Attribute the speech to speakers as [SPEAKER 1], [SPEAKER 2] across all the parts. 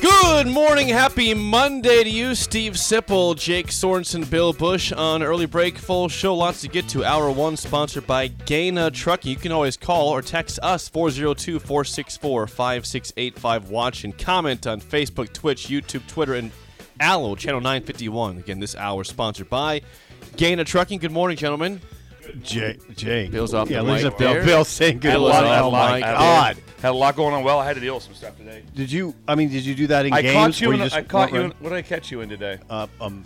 [SPEAKER 1] Good morning, happy Monday to you, Steve Sipple, Jake Sorensen, Bill Bush on early break. Full show, lots to get to. Hour one, sponsored by Gaina Trucking. You can always call or text us 402 464 5685. Watch and comment on Facebook, Twitch, YouTube, Twitter, and Allo, Channel 951. Again, this hour sponsored by Gaina Trucking. Good morning, gentlemen.
[SPEAKER 2] Jake, Jake.
[SPEAKER 1] Bill's off
[SPEAKER 2] yeah,
[SPEAKER 1] the
[SPEAKER 2] listen
[SPEAKER 1] mic
[SPEAKER 2] to Bill.
[SPEAKER 1] there.
[SPEAKER 2] Bill saying good
[SPEAKER 1] Bill's
[SPEAKER 2] luck.
[SPEAKER 1] off
[SPEAKER 2] Oh my
[SPEAKER 1] mic there.
[SPEAKER 2] God.
[SPEAKER 3] Had a lot going on. Well, I had to deal with some stuff today.
[SPEAKER 2] Did you? I mean, did you do that in
[SPEAKER 3] I
[SPEAKER 2] games?
[SPEAKER 3] caught you.
[SPEAKER 2] where
[SPEAKER 3] In,
[SPEAKER 2] just
[SPEAKER 3] I caught
[SPEAKER 2] went
[SPEAKER 3] you. In,
[SPEAKER 2] run-
[SPEAKER 3] what did I catch you in today?
[SPEAKER 2] uh, um,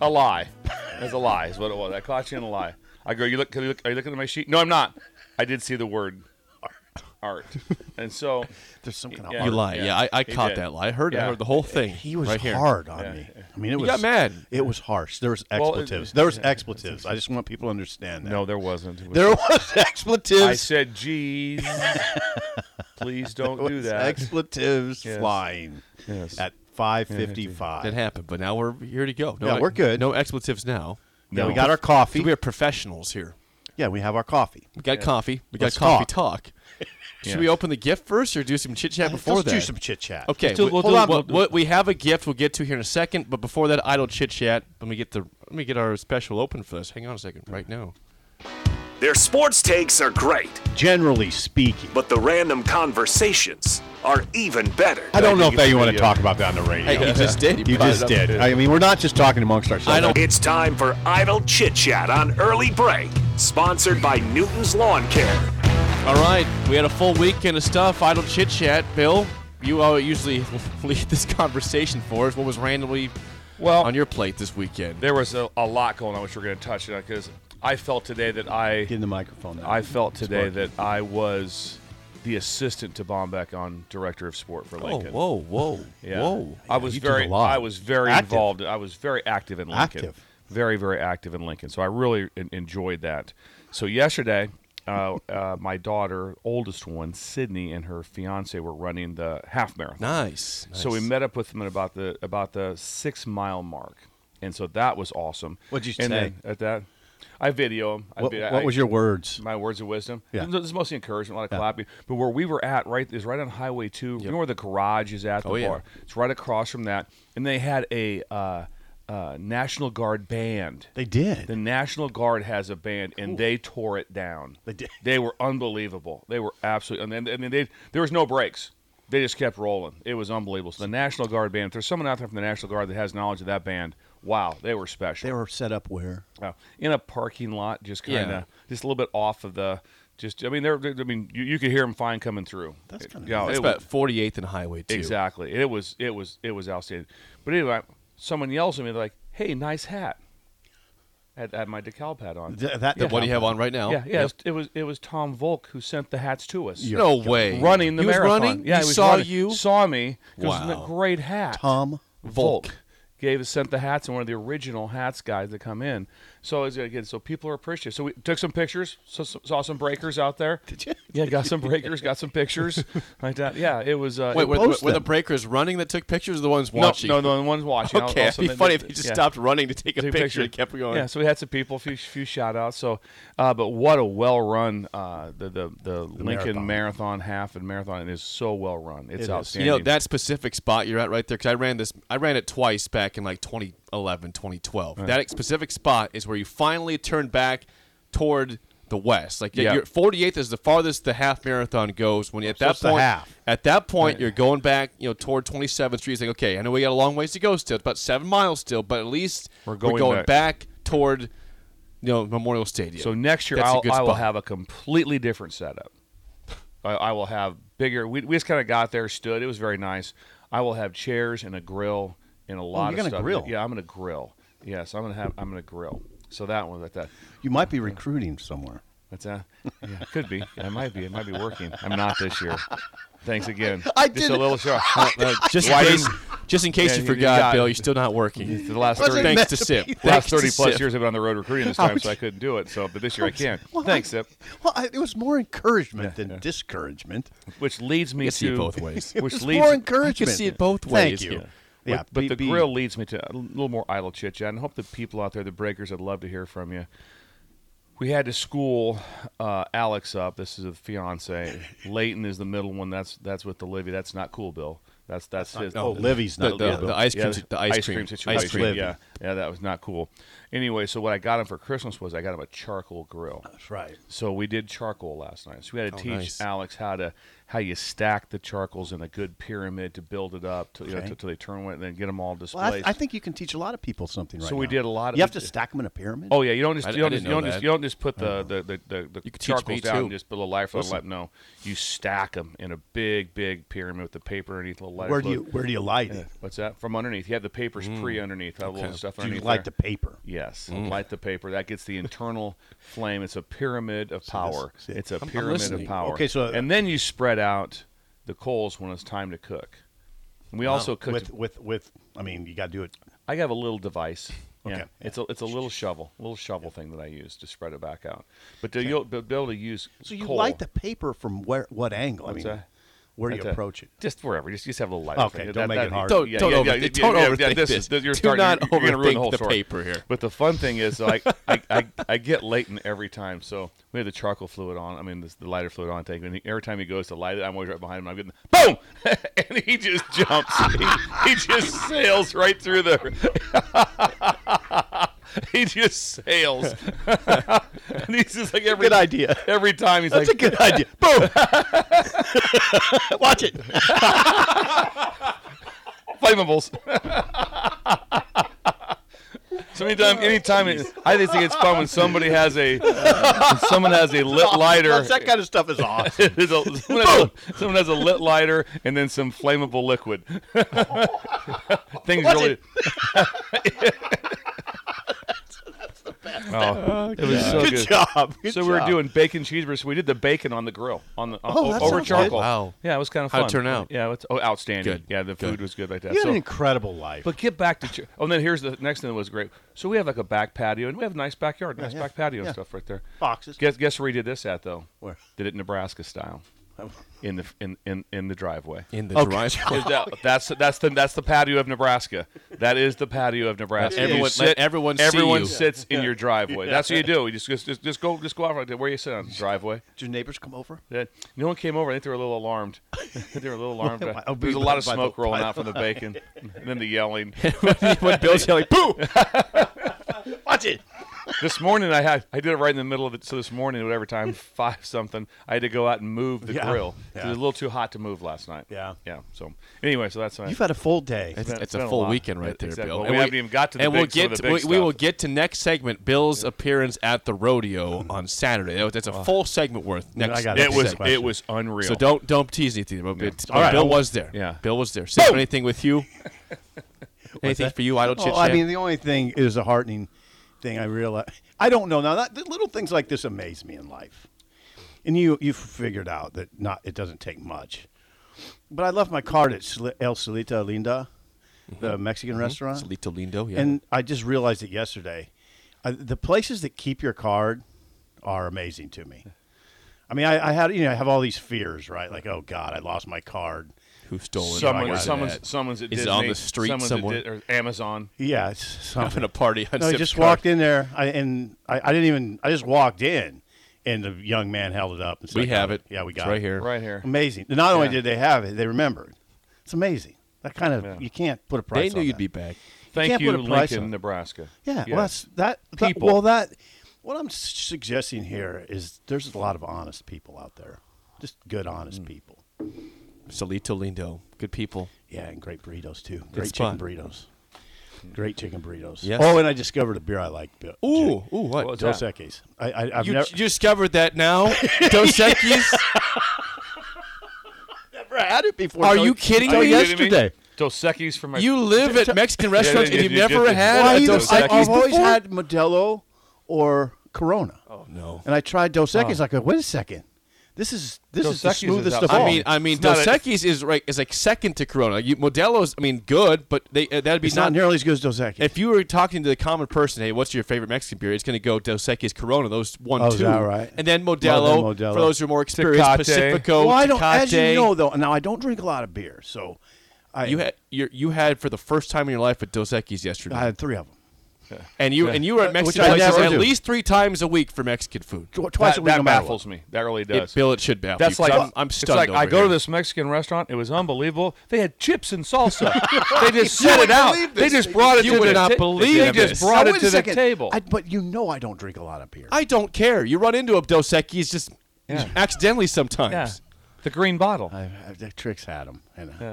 [SPEAKER 3] A lie. That's a lie. Is what it was. I caught you in a lie. I go. You look. Can you look are you looking at my sheet? No, I'm not. I did see the word art, and so
[SPEAKER 2] there's some kind of.
[SPEAKER 3] Yeah.
[SPEAKER 2] art.
[SPEAKER 1] You lie.
[SPEAKER 3] yeah,
[SPEAKER 1] Yeah, I, I
[SPEAKER 3] he
[SPEAKER 1] caught
[SPEAKER 3] did.
[SPEAKER 1] that lie. I heard it. I
[SPEAKER 3] Yeah.
[SPEAKER 1] heard the whole thing.
[SPEAKER 2] He was
[SPEAKER 1] right here.
[SPEAKER 2] hard on me. I mean, it was.
[SPEAKER 1] got mad.
[SPEAKER 2] It was harsh. There was
[SPEAKER 3] Well, it-
[SPEAKER 2] expletives. there was expletives. I just want people to understand that.
[SPEAKER 3] no, there wasn't. It was-
[SPEAKER 2] there was
[SPEAKER 3] I
[SPEAKER 2] expletives.
[SPEAKER 3] said, "Geez, please don't do
[SPEAKER 2] was
[SPEAKER 3] that."
[SPEAKER 2] Expletives flying
[SPEAKER 3] Yes.
[SPEAKER 2] at 5:55.
[SPEAKER 1] That happened, but now we're here to go. No, e-
[SPEAKER 2] Yeah, we're good.
[SPEAKER 1] No expletives now.
[SPEAKER 2] yeah,
[SPEAKER 3] No.
[SPEAKER 2] we got our
[SPEAKER 1] So
[SPEAKER 2] coffee.
[SPEAKER 1] we are professionals here.
[SPEAKER 2] yeah, we have our coffee.
[SPEAKER 1] We got coffee. We got
[SPEAKER 2] Let's
[SPEAKER 1] coffee talk.
[SPEAKER 2] talk.
[SPEAKER 1] Should we open the gift first or do some chit chat before
[SPEAKER 2] Let's
[SPEAKER 1] that?
[SPEAKER 2] do some chit chat.
[SPEAKER 1] okay.
[SPEAKER 2] do-
[SPEAKER 1] we-
[SPEAKER 2] we'll
[SPEAKER 1] hold
[SPEAKER 2] do-
[SPEAKER 1] on.
[SPEAKER 2] we'll
[SPEAKER 1] What- what- we have a gift we'll get to here in a second, but before that idle chit chat, let me get the let me get our special open for this. Hang on a second, right now.
[SPEAKER 4] Their sports takes are great,
[SPEAKER 2] Generally speaking,
[SPEAKER 4] but the random conversations are even better.
[SPEAKER 2] I don't know if
[SPEAKER 3] it's
[SPEAKER 2] that you want to
[SPEAKER 3] radio.
[SPEAKER 2] talk about that on the radio.
[SPEAKER 1] Hey, you just did.
[SPEAKER 2] You
[SPEAKER 1] brought it
[SPEAKER 2] just
[SPEAKER 1] up.
[SPEAKER 2] did. I mean, we're not just talking amongst ourselves.
[SPEAKER 1] I don't-
[SPEAKER 4] It's time for Idle Chit Chat on Early Break, sponsored by Newton's Lawn Care.
[SPEAKER 1] All right, we had a full weekend of stuff. Idle chit chat. Bill, you uh, usually lead this conversation for us. What was randomly
[SPEAKER 3] Well,
[SPEAKER 1] on your plate this weekend?
[SPEAKER 3] there was a, a lot going on, which we're going to touch on because I felt today that I
[SPEAKER 2] Get in the microphone. Now.
[SPEAKER 3] I felt today
[SPEAKER 2] Smart.
[SPEAKER 3] that I was the assistant to Bombeck on director of sport for
[SPEAKER 1] Oh,
[SPEAKER 3] Lincoln.
[SPEAKER 1] whoa, whoa,
[SPEAKER 3] Yeah.
[SPEAKER 1] whoa!
[SPEAKER 3] I was
[SPEAKER 2] you did a
[SPEAKER 3] very
[SPEAKER 2] lot.
[SPEAKER 3] I was very
[SPEAKER 2] Active.
[SPEAKER 3] involved. I was very active in Lincoln.
[SPEAKER 2] Active.
[SPEAKER 3] Very very active in Lincoln. So I really en- enjoyed that. So yesterday, uh, uh, my daughter, oldest one, Sydney, and her fiance were running the half marathon.
[SPEAKER 1] Nice.
[SPEAKER 3] So we
[SPEAKER 1] nice.
[SPEAKER 3] met up with them at about the about the six mile mark, and so that was awesome.
[SPEAKER 2] What'd you
[SPEAKER 3] and
[SPEAKER 2] say?
[SPEAKER 3] then at that? I video 'em. I
[SPEAKER 2] What,
[SPEAKER 3] vi-
[SPEAKER 2] what
[SPEAKER 3] I-
[SPEAKER 2] was your words?
[SPEAKER 3] my words of wisdom.
[SPEAKER 2] Yeah.
[SPEAKER 3] This is mostly encouragement, a lot of clapping. But where we were at, right, is right on Highway 2. You know where the garage is at, the
[SPEAKER 1] Oh, yeah.
[SPEAKER 3] bar. It's right across from that. And they had a uh, uh, National Guard band.
[SPEAKER 2] They did.
[SPEAKER 3] The National Guard has a band, and they tore it down.
[SPEAKER 2] They did.
[SPEAKER 3] They were unbelievable. They were absolutely, and then and then they there was no breaks. They just kept rolling. It was unbelievable. So the National Guard band. If there's someone out there from the National Guard that has knowledge of that band, wow, they were special.
[SPEAKER 2] they were set up where?
[SPEAKER 3] Uh, in a parking lot, just
[SPEAKER 1] Yeah.
[SPEAKER 3] kind of just a little bit off of the. Just I mean, they're, they're- I mean, you, you could hear them fine coming through.
[SPEAKER 2] That's
[SPEAKER 3] It-
[SPEAKER 2] kinda
[SPEAKER 3] yeah,
[SPEAKER 1] That's
[SPEAKER 3] it was-
[SPEAKER 1] about 48th and Highway 2.
[SPEAKER 3] exactly. It was it was it was outstanding. But anyway, someone yells at me like, "Hey, nice hat!" Had had my decal hat on.
[SPEAKER 2] Th- that,
[SPEAKER 1] The What do you have on right now?
[SPEAKER 3] yeah, yeah. It, was, it was it was Tom Volk who sent the hats to us.
[SPEAKER 1] No way.
[SPEAKER 3] running the
[SPEAKER 1] he
[SPEAKER 3] marathon.
[SPEAKER 1] Was running?
[SPEAKER 3] Yeah,
[SPEAKER 1] he,
[SPEAKER 3] was
[SPEAKER 1] saw
[SPEAKER 3] running.
[SPEAKER 1] you.
[SPEAKER 3] saw me. Goes,
[SPEAKER 1] Wow.
[SPEAKER 3] "Isn't that great hat.
[SPEAKER 2] Tom
[SPEAKER 3] Volk.
[SPEAKER 1] Volk.
[SPEAKER 3] Gave us sent the hats and one of the original hats guys that come in. So it's- again, so people are appreciative. So we took some pictures, so, so- saw some breakers out there. Did you? Yeah, got some breakers, got some pictures like that. Yeah, it was. Uh,
[SPEAKER 1] Wait,
[SPEAKER 3] it,
[SPEAKER 1] were,
[SPEAKER 2] post
[SPEAKER 1] were the
[SPEAKER 2] them.
[SPEAKER 1] breakers running that took pictures or the ones
[SPEAKER 3] no,
[SPEAKER 1] watching?
[SPEAKER 3] no, no, the one's watching. I'll-
[SPEAKER 1] Okay,
[SPEAKER 3] I'll
[SPEAKER 1] it'd be
[SPEAKER 3] send
[SPEAKER 1] funny
[SPEAKER 3] it-
[SPEAKER 1] if he just
[SPEAKER 3] yeah.
[SPEAKER 1] stopped running to take a
[SPEAKER 3] Take
[SPEAKER 1] picture, and kept going.
[SPEAKER 3] Yeah, so we had some people, few few shout outs. So, uh, but what a well run uh, the, the the Lincoln
[SPEAKER 2] marathon.
[SPEAKER 3] marathon. half and marathon is so well run. It's
[SPEAKER 2] is. You know,
[SPEAKER 1] You
[SPEAKER 3] outstanding.
[SPEAKER 1] know that specific spot you're at right there because I ran this. I ran it twice back in like 2011, 2012. That specific spot is where you finally turn back toward the west. Like
[SPEAKER 3] Yeah.
[SPEAKER 1] your 48th is the farthest the half marathon goes. When you, at that
[SPEAKER 2] it's the
[SPEAKER 1] point,
[SPEAKER 2] half.
[SPEAKER 1] at that point, you're going back, you know, toward 27th Street. It's like, okay, I know we got a long ways to go still. It's about seven miles still, but at least
[SPEAKER 3] We're going
[SPEAKER 1] back. toward you know Memorial Stadium.
[SPEAKER 3] So next year,
[SPEAKER 1] That's a
[SPEAKER 3] I'll,
[SPEAKER 1] good
[SPEAKER 3] I will
[SPEAKER 1] spot.
[SPEAKER 3] have a completely different setup. I, I will have bigger. We, we just kind of got there, stood. It was very nice. I will have chairs and a grill and a lot of
[SPEAKER 2] you're
[SPEAKER 1] Oh,
[SPEAKER 2] gonna
[SPEAKER 3] stuff.
[SPEAKER 2] grill.
[SPEAKER 3] Yeah, I'm gonna grill. Yes, I'm gonna have. I'm gonna grill. So that one, like that.
[SPEAKER 2] You might be recruiting somewhere.
[SPEAKER 3] That's a. Yeah, could be. I might be. It might be working. I'm not this year. Thanks again.
[SPEAKER 2] I
[SPEAKER 3] Just a
[SPEAKER 2] didn't-
[SPEAKER 3] little short.
[SPEAKER 1] Uh, just, in
[SPEAKER 3] Why
[SPEAKER 1] case,
[SPEAKER 3] didn't-
[SPEAKER 1] just in case
[SPEAKER 3] Yeah,
[SPEAKER 1] you
[SPEAKER 3] you
[SPEAKER 1] forgot,
[SPEAKER 3] got-
[SPEAKER 1] Bill, you're still not working.
[SPEAKER 3] The last
[SPEAKER 2] Wasn't
[SPEAKER 3] thirty.
[SPEAKER 2] meant
[SPEAKER 1] Thanks to
[SPEAKER 2] to
[SPEAKER 1] Sip.
[SPEAKER 2] be.
[SPEAKER 3] Last
[SPEAKER 1] Thanks to
[SPEAKER 3] 30 plus
[SPEAKER 1] Sip.
[SPEAKER 3] years I've been on the road recruiting this time,
[SPEAKER 2] Ouch.
[SPEAKER 3] so I couldn't do it. So, but this year I can.
[SPEAKER 2] Well,
[SPEAKER 3] Thanks,
[SPEAKER 2] I-
[SPEAKER 3] Sip.
[SPEAKER 2] Well, I, it was more encouragement than
[SPEAKER 3] yeah.
[SPEAKER 2] discouragement.
[SPEAKER 3] Which leads me
[SPEAKER 1] can see it
[SPEAKER 3] to
[SPEAKER 1] both ways.
[SPEAKER 2] It
[SPEAKER 3] Which
[SPEAKER 2] was
[SPEAKER 3] leads
[SPEAKER 2] more
[SPEAKER 1] I can
[SPEAKER 2] encouragement.
[SPEAKER 1] see it both ways.
[SPEAKER 2] Thank you.
[SPEAKER 1] Yeah.
[SPEAKER 2] Yeah,
[SPEAKER 3] but
[SPEAKER 2] be-
[SPEAKER 3] the
[SPEAKER 2] be-
[SPEAKER 3] grill leads me to a little more idle chit chat, and I hope the people out there, the breakers, I'd love to hear from you. We had to school uh, Alex up. This is a fiance. Leighton is the middle one. That's that's with Olivia. That's not cool, Bill. That's that's his.
[SPEAKER 2] Oh, Livy's
[SPEAKER 1] The,
[SPEAKER 2] not.
[SPEAKER 1] the,
[SPEAKER 2] cool.
[SPEAKER 1] the ice cream,
[SPEAKER 3] Yeah,
[SPEAKER 1] the ice, cream,
[SPEAKER 3] situation.
[SPEAKER 1] ice cream.
[SPEAKER 2] Livy.
[SPEAKER 3] Yeah, yeah, that was not cool. Anyway, so what I got him for Christmas was I got him a charcoal grill.
[SPEAKER 2] That's right.
[SPEAKER 3] So we did charcoal last night. So we had to teach
[SPEAKER 1] nice.
[SPEAKER 3] Alex how to how you stack the charcoals in a good pyramid to build it up till you know,
[SPEAKER 2] Okay.
[SPEAKER 3] till- till they turn white and then get them all displayed.
[SPEAKER 2] Well, I, th- I think you can teach a lot of people something right
[SPEAKER 3] So we
[SPEAKER 2] now.
[SPEAKER 3] did a lot of-
[SPEAKER 2] You have to stack them in a pyramid.
[SPEAKER 3] Oh yeah, you don't just
[SPEAKER 1] I-
[SPEAKER 3] you don't
[SPEAKER 1] I
[SPEAKER 3] just,
[SPEAKER 1] didn't
[SPEAKER 3] you don't
[SPEAKER 1] know
[SPEAKER 3] just
[SPEAKER 1] that.
[SPEAKER 3] you don't just put the the the, the, the
[SPEAKER 1] You could teach
[SPEAKER 3] charcoals
[SPEAKER 1] me,
[SPEAKER 3] down and
[SPEAKER 1] too.
[SPEAKER 3] just put a little life for the
[SPEAKER 1] Listen.
[SPEAKER 3] light. No, you stack them in a big big pyramid with the paper underneath the light.
[SPEAKER 2] where do you where do you light it?
[SPEAKER 3] What's that? From underneath. You have the papers
[SPEAKER 1] Hmm.
[SPEAKER 3] pre underneath. Have a little stuff
[SPEAKER 2] Do you
[SPEAKER 3] underneath.
[SPEAKER 2] light the
[SPEAKER 3] there.
[SPEAKER 2] paper?
[SPEAKER 3] Yes, light the paper. That gets the internal flame. It's a pyramid of power.
[SPEAKER 2] see,
[SPEAKER 3] it's a pyramid of
[SPEAKER 1] listening.
[SPEAKER 3] power.
[SPEAKER 2] Okay, so- uh,
[SPEAKER 3] and then you spread out the coals when it's time to cook. And we also cook.
[SPEAKER 2] with with with. I mean, you got to do it.
[SPEAKER 3] I have a little device.
[SPEAKER 2] Okay,
[SPEAKER 3] Yeah.
[SPEAKER 2] yeah.
[SPEAKER 3] It's a it's a little shovel, little shovel thing that I use to spread it back out. But to you'll be able to use
[SPEAKER 2] So you
[SPEAKER 3] coal,
[SPEAKER 2] light the paper from where? What angle?
[SPEAKER 3] What's
[SPEAKER 2] I mean,
[SPEAKER 3] that?
[SPEAKER 2] where do you
[SPEAKER 3] that's a-
[SPEAKER 2] approach it?
[SPEAKER 3] Just wherever, just just have a little light.
[SPEAKER 2] Okay,
[SPEAKER 3] thing.
[SPEAKER 2] don't make it hard.
[SPEAKER 1] Don't- don't overthink- don't overthink
[SPEAKER 3] this.
[SPEAKER 1] this.
[SPEAKER 3] is- You're
[SPEAKER 1] Do
[SPEAKER 3] starting,
[SPEAKER 1] not
[SPEAKER 3] you're, you're gonna ruin the
[SPEAKER 1] overthink
[SPEAKER 3] whole
[SPEAKER 1] the
[SPEAKER 3] story.
[SPEAKER 1] paper here.
[SPEAKER 3] But the fun thing is, like, I, I, I get Leighton every time. So we had the charcoal fluid on. I mean, this, the lighter fluid on. Tank, and he- every time he goes to light it, I'm always right behind him. I'm getting boom, and he just jumps. he, he just sails right through the. he just sails, and he's just like every
[SPEAKER 2] Good idea.
[SPEAKER 3] Every time he's
[SPEAKER 2] That's a
[SPEAKER 3] like,
[SPEAKER 2] good idea. Boom! Watch it.
[SPEAKER 3] flammables. so anytime, anytime, it, I just think it's fun when somebody has a, when someone has a lit lighter.
[SPEAKER 2] That kind of stuff is awesome.
[SPEAKER 3] There's a, someone, has a, someone has a lit lighter and then some flammable liquid. Things
[SPEAKER 2] What's
[SPEAKER 3] really.
[SPEAKER 2] it?
[SPEAKER 3] Oh, it was so
[SPEAKER 2] good,
[SPEAKER 3] good.
[SPEAKER 2] job. Good
[SPEAKER 3] So we were
[SPEAKER 2] job.
[SPEAKER 3] doing bacon cheeseburgers. So we did the bacon on the grill on the on,
[SPEAKER 2] Oh, that
[SPEAKER 3] over
[SPEAKER 2] sounds
[SPEAKER 3] charcoal.
[SPEAKER 2] good.
[SPEAKER 1] Wow.
[SPEAKER 3] Yeah, it was kind of fun.
[SPEAKER 1] How'd it turn out?
[SPEAKER 3] Yeah, it's oh, outstanding.
[SPEAKER 1] Good.
[SPEAKER 3] Yeah, the
[SPEAKER 1] Good.
[SPEAKER 3] food was good like that.
[SPEAKER 2] You had
[SPEAKER 3] So-
[SPEAKER 2] an incredible life.
[SPEAKER 3] But get back to. Ch- oh, and then here's the next thing that was great. So we have like a back patio, and we have a nice backyard, nice
[SPEAKER 2] yeah,
[SPEAKER 3] back patio and
[SPEAKER 2] yeah.
[SPEAKER 3] stuff right there.
[SPEAKER 2] Boxes.
[SPEAKER 3] Guess guess where he did this at though?
[SPEAKER 2] Where?
[SPEAKER 3] Did it Nebraska style, in the in in, in the driveway.
[SPEAKER 1] In the drive.
[SPEAKER 3] Is that- that's that's the that's the patio of Nebraska. That is the patio of Nebraska.
[SPEAKER 1] Let
[SPEAKER 3] You
[SPEAKER 1] everyone- let everyone see
[SPEAKER 3] everyone
[SPEAKER 1] you.
[SPEAKER 3] sits in your driveway. That's what you do. You just, just just go just go out right there. Where you sit on the driveway.
[SPEAKER 2] Did your neighbors come over?
[SPEAKER 3] Yeah, no one came over. I think they were a little alarmed. they were a little alarmed.
[SPEAKER 2] Why- why-
[SPEAKER 3] There's a lot of
[SPEAKER 2] by the-
[SPEAKER 3] smoke rolling out from the bacon, and then the yelling.
[SPEAKER 1] when Bill's yelling, "Boo!"
[SPEAKER 2] Watch it.
[SPEAKER 3] this morning I had I did it right in the middle of it. So this morning, whatever time five something, I had to go out and move the
[SPEAKER 2] Yeah.
[SPEAKER 3] grill. It
[SPEAKER 2] Yeah.
[SPEAKER 3] was a little too hot to move last night.
[SPEAKER 2] Yeah.
[SPEAKER 3] yeah. So anyway, so that's
[SPEAKER 2] You've had a full day.
[SPEAKER 1] It's,
[SPEAKER 3] been-
[SPEAKER 1] it's
[SPEAKER 3] it's
[SPEAKER 1] a
[SPEAKER 3] been a
[SPEAKER 1] full
[SPEAKER 3] lot.
[SPEAKER 1] weekend right there,
[SPEAKER 3] Exactly.
[SPEAKER 1] Bill.
[SPEAKER 3] Well, we haven't even got to the
[SPEAKER 1] and
[SPEAKER 3] big-
[SPEAKER 1] we'll
[SPEAKER 3] some of
[SPEAKER 1] get
[SPEAKER 3] the
[SPEAKER 1] to-
[SPEAKER 3] big
[SPEAKER 1] we, we will
[SPEAKER 3] stuff.
[SPEAKER 1] get to next segment, Bill's appearance at the rodeo on Saturday. That- That's a full segment worth. Next,
[SPEAKER 2] I got
[SPEAKER 3] Oh. it
[SPEAKER 1] next
[SPEAKER 2] That's
[SPEAKER 3] was
[SPEAKER 2] a
[SPEAKER 1] segment.
[SPEAKER 2] question.
[SPEAKER 3] it was unreal.
[SPEAKER 1] So don't don't tease anything. But, but- but
[SPEAKER 2] All right,
[SPEAKER 1] Bill
[SPEAKER 2] I won't-
[SPEAKER 1] was there.
[SPEAKER 3] Yeah.
[SPEAKER 1] Bill was there. Sid, anything with you? anything for you? I don't chit
[SPEAKER 2] Well,
[SPEAKER 1] chat.
[SPEAKER 2] Oh, I mean, the only thing is a heartening thing I realize. I don't know now. That the little things like this amaze me in life, and you you figured out that not it doesn't take much. But I left my card at Sli- El Solita Linda,
[SPEAKER 3] Mm-hmm.
[SPEAKER 2] the Mexican restaurant,
[SPEAKER 1] Salito Lindo. Yeah.
[SPEAKER 2] and I just realized it yesterday. I, the places that keep your card are amazing to me. I mean, I, I had you know I have all these fears, right? Like, oh God, I lost my card.
[SPEAKER 1] who stole it?
[SPEAKER 3] someone
[SPEAKER 2] Oh, I got
[SPEAKER 3] someone's
[SPEAKER 1] that.
[SPEAKER 3] someone's at
[SPEAKER 1] Is it
[SPEAKER 3] Disney,
[SPEAKER 1] on the street
[SPEAKER 3] someone's
[SPEAKER 1] somewhere?
[SPEAKER 3] at Di- or Amazon.
[SPEAKER 2] Yeah, it's something.
[SPEAKER 1] having a party. On
[SPEAKER 2] No, he
[SPEAKER 1] Sip's
[SPEAKER 2] just
[SPEAKER 1] car.
[SPEAKER 2] walked in there, I, and I, I didn't even. I just walked in, and the young man held it up. And said,
[SPEAKER 1] We have it.
[SPEAKER 2] Yeah, we
[SPEAKER 1] It's
[SPEAKER 2] got
[SPEAKER 1] right
[SPEAKER 2] it
[SPEAKER 1] here.
[SPEAKER 3] Right here.
[SPEAKER 2] Amazing. Not only
[SPEAKER 3] Yeah.
[SPEAKER 2] did they have it, they remembered. It's amazing. That kind of you can't put a
[SPEAKER 1] They
[SPEAKER 2] price.
[SPEAKER 1] knew
[SPEAKER 2] on
[SPEAKER 1] you'd
[SPEAKER 2] that.
[SPEAKER 1] be back.
[SPEAKER 3] Thank
[SPEAKER 2] can't
[SPEAKER 3] you,
[SPEAKER 2] put a price
[SPEAKER 3] Lincoln,
[SPEAKER 2] on it.
[SPEAKER 3] Nebraska.
[SPEAKER 2] Yeah,
[SPEAKER 3] Yes.
[SPEAKER 2] well, that's that. that-
[SPEAKER 3] People.
[SPEAKER 2] well, that what I'm s- suggesting here is there's a lot of honest people out there, just good
[SPEAKER 1] Mm.
[SPEAKER 2] honest people.
[SPEAKER 1] Salito Lindo. Good people.
[SPEAKER 2] Yeah, and great burritos too. Great
[SPEAKER 1] spot.
[SPEAKER 2] chicken burritos. Great chicken burritos.
[SPEAKER 1] Yes.
[SPEAKER 2] Oh, and I discovered a beer I like. Bill-
[SPEAKER 1] Ooh, ooh, what?
[SPEAKER 3] Well,
[SPEAKER 2] Dos Equis. I, I, I've
[SPEAKER 1] you,
[SPEAKER 2] never.
[SPEAKER 1] you discovered that now? Dos Equis?
[SPEAKER 2] never had it before.
[SPEAKER 1] Are
[SPEAKER 2] till-
[SPEAKER 1] you kidding
[SPEAKER 2] till
[SPEAKER 1] me?
[SPEAKER 3] Are you kidding me?
[SPEAKER 2] Yesterday,
[SPEAKER 3] Dos Equis for my.
[SPEAKER 1] You live at Mexican restaurants
[SPEAKER 3] yeah,
[SPEAKER 1] and you've
[SPEAKER 3] you- you
[SPEAKER 1] never
[SPEAKER 3] did-
[SPEAKER 1] had
[SPEAKER 2] Well, I
[SPEAKER 1] a
[SPEAKER 2] either,
[SPEAKER 1] Dos
[SPEAKER 2] I,
[SPEAKER 1] Equis
[SPEAKER 2] have always
[SPEAKER 1] before?
[SPEAKER 2] had Modelo or Corona. Oh
[SPEAKER 1] no. Oh.
[SPEAKER 2] And I tried Dos Equis. I go, wait a second. This is this
[SPEAKER 3] Dos
[SPEAKER 2] is the
[SPEAKER 3] Equis is
[SPEAKER 2] smoothest
[SPEAKER 3] out-
[SPEAKER 2] of
[SPEAKER 3] I
[SPEAKER 2] all.
[SPEAKER 1] I mean, I mean,
[SPEAKER 3] It's not
[SPEAKER 1] Dos
[SPEAKER 3] a-
[SPEAKER 1] Equis is right is like second to Corona. You, Modelo's, I mean, good, but they uh, that'd be
[SPEAKER 2] it's not nearly as good as Dos Equis.
[SPEAKER 1] If you were talking to the common person, hey, what's your favorite Mexican beer? It's going to go Dos Equis, Corona, those one,
[SPEAKER 2] Oh,
[SPEAKER 1] two,
[SPEAKER 2] is that right?
[SPEAKER 1] and then Modelo,
[SPEAKER 2] Well, then Modelo.
[SPEAKER 1] for those who are more experienced.
[SPEAKER 3] Tecate.
[SPEAKER 1] Pacifico,
[SPEAKER 2] well, I don't. As
[SPEAKER 1] Tecate.
[SPEAKER 2] you know, though, now I don't drink a lot of beer, so I
[SPEAKER 1] You had you, you had for the first time in your life a Dos Equis yesterday,
[SPEAKER 2] I had three of them.
[SPEAKER 1] and you and you were at Mexican
[SPEAKER 2] I
[SPEAKER 1] places
[SPEAKER 2] never
[SPEAKER 1] at
[SPEAKER 2] do.
[SPEAKER 1] least three times a week for Mexican food.
[SPEAKER 2] Tw-
[SPEAKER 3] That,
[SPEAKER 2] Twice a week,
[SPEAKER 3] that
[SPEAKER 2] no matter
[SPEAKER 3] baffles
[SPEAKER 2] what.
[SPEAKER 3] me. That really does.
[SPEAKER 1] It, Bill, it should baffle
[SPEAKER 3] That's
[SPEAKER 1] you, 'cause
[SPEAKER 3] like
[SPEAKER 1] I'm, I'm
[SPEAKER 3] it's
[SPEAKER 1] stunned.
[SPEAKER 3] like
[SPEAKER 1] over
[SPEAKER 3] I go
[SPEAKER 1] here.
[SPEAKER 3] to this Mexican restaurant. It was unbelievable. They had chips and salsa. they just set it out. They just brought it
[SPEAKER 1] You
[SPEAKER 3] to
[SPEAKER 1] would
[SPEAKER 3] the
[SPEAKER 1] not
[SPEAKER 3] ta-
[SPEAKER 1] believe
[SPEAKER 3] They
[SPEAKER 1] this.
[SPEAKER 3] just
[SPEAKER 2] Now,
[SPEAKER 3] brought
[SPEAKER 2] wait
[SPEAKER 3] it
[SPEAKER 2] a
[SPEAKER 3] to the
[SPEAKER 2] second.
[SPEAKER 3] table.
[SPEAKER 2] I, but you know, I don't drink a lot of beer.
[SPEAKER 1] I don't care. You run into a Dos Equis just
[SPEAKER 3] Yeah.
[SPEAKER 1] accidentally sometimes.
[SPEAKER 3] yeah, the green bottle.
[SPEAKER 2] I, I, the tricks had them, and I,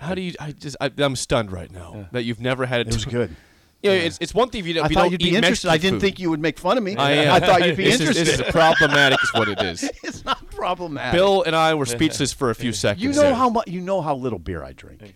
[SPEAKER 2] I,
[SPEAKER 1] How do you? I just I, I'm stunned right now that you've never had
[SPEAKER 2] it was good.
[SPEAKER 1] Yeah, It's, it's one thing if you don't.
[SPEAKER 2] I
[SPEAKER 1] if you
[SPEAKER 2] thought
[SPEAKER 1] don't
[SPEAKER 2] you'd
[SPEAKER 1] eat
[SPEAKER 2] be interested.
[SPEAKER 1] Mexican
[SPEAKER 2] I didn't
[SPEAKER 1] food.
[SPEAKER 2] think you would make fun of me.
[SPEAKER 1] I am.
[SPEAKER 2] I thought you'd be
[SPEAKER 1] This is-
[SPEAKER 2] interested.
[SPEAKER 1] this is problematic, is what it is.
[SPEAKER 2] it's not problematic.
[SPEAKER 1] Bill and I were speechless for a few seconds.
[SPEAKER 2] you know
[SPEAKER 1] there.
[SPEAKER 2] how much you know how little beer I drink.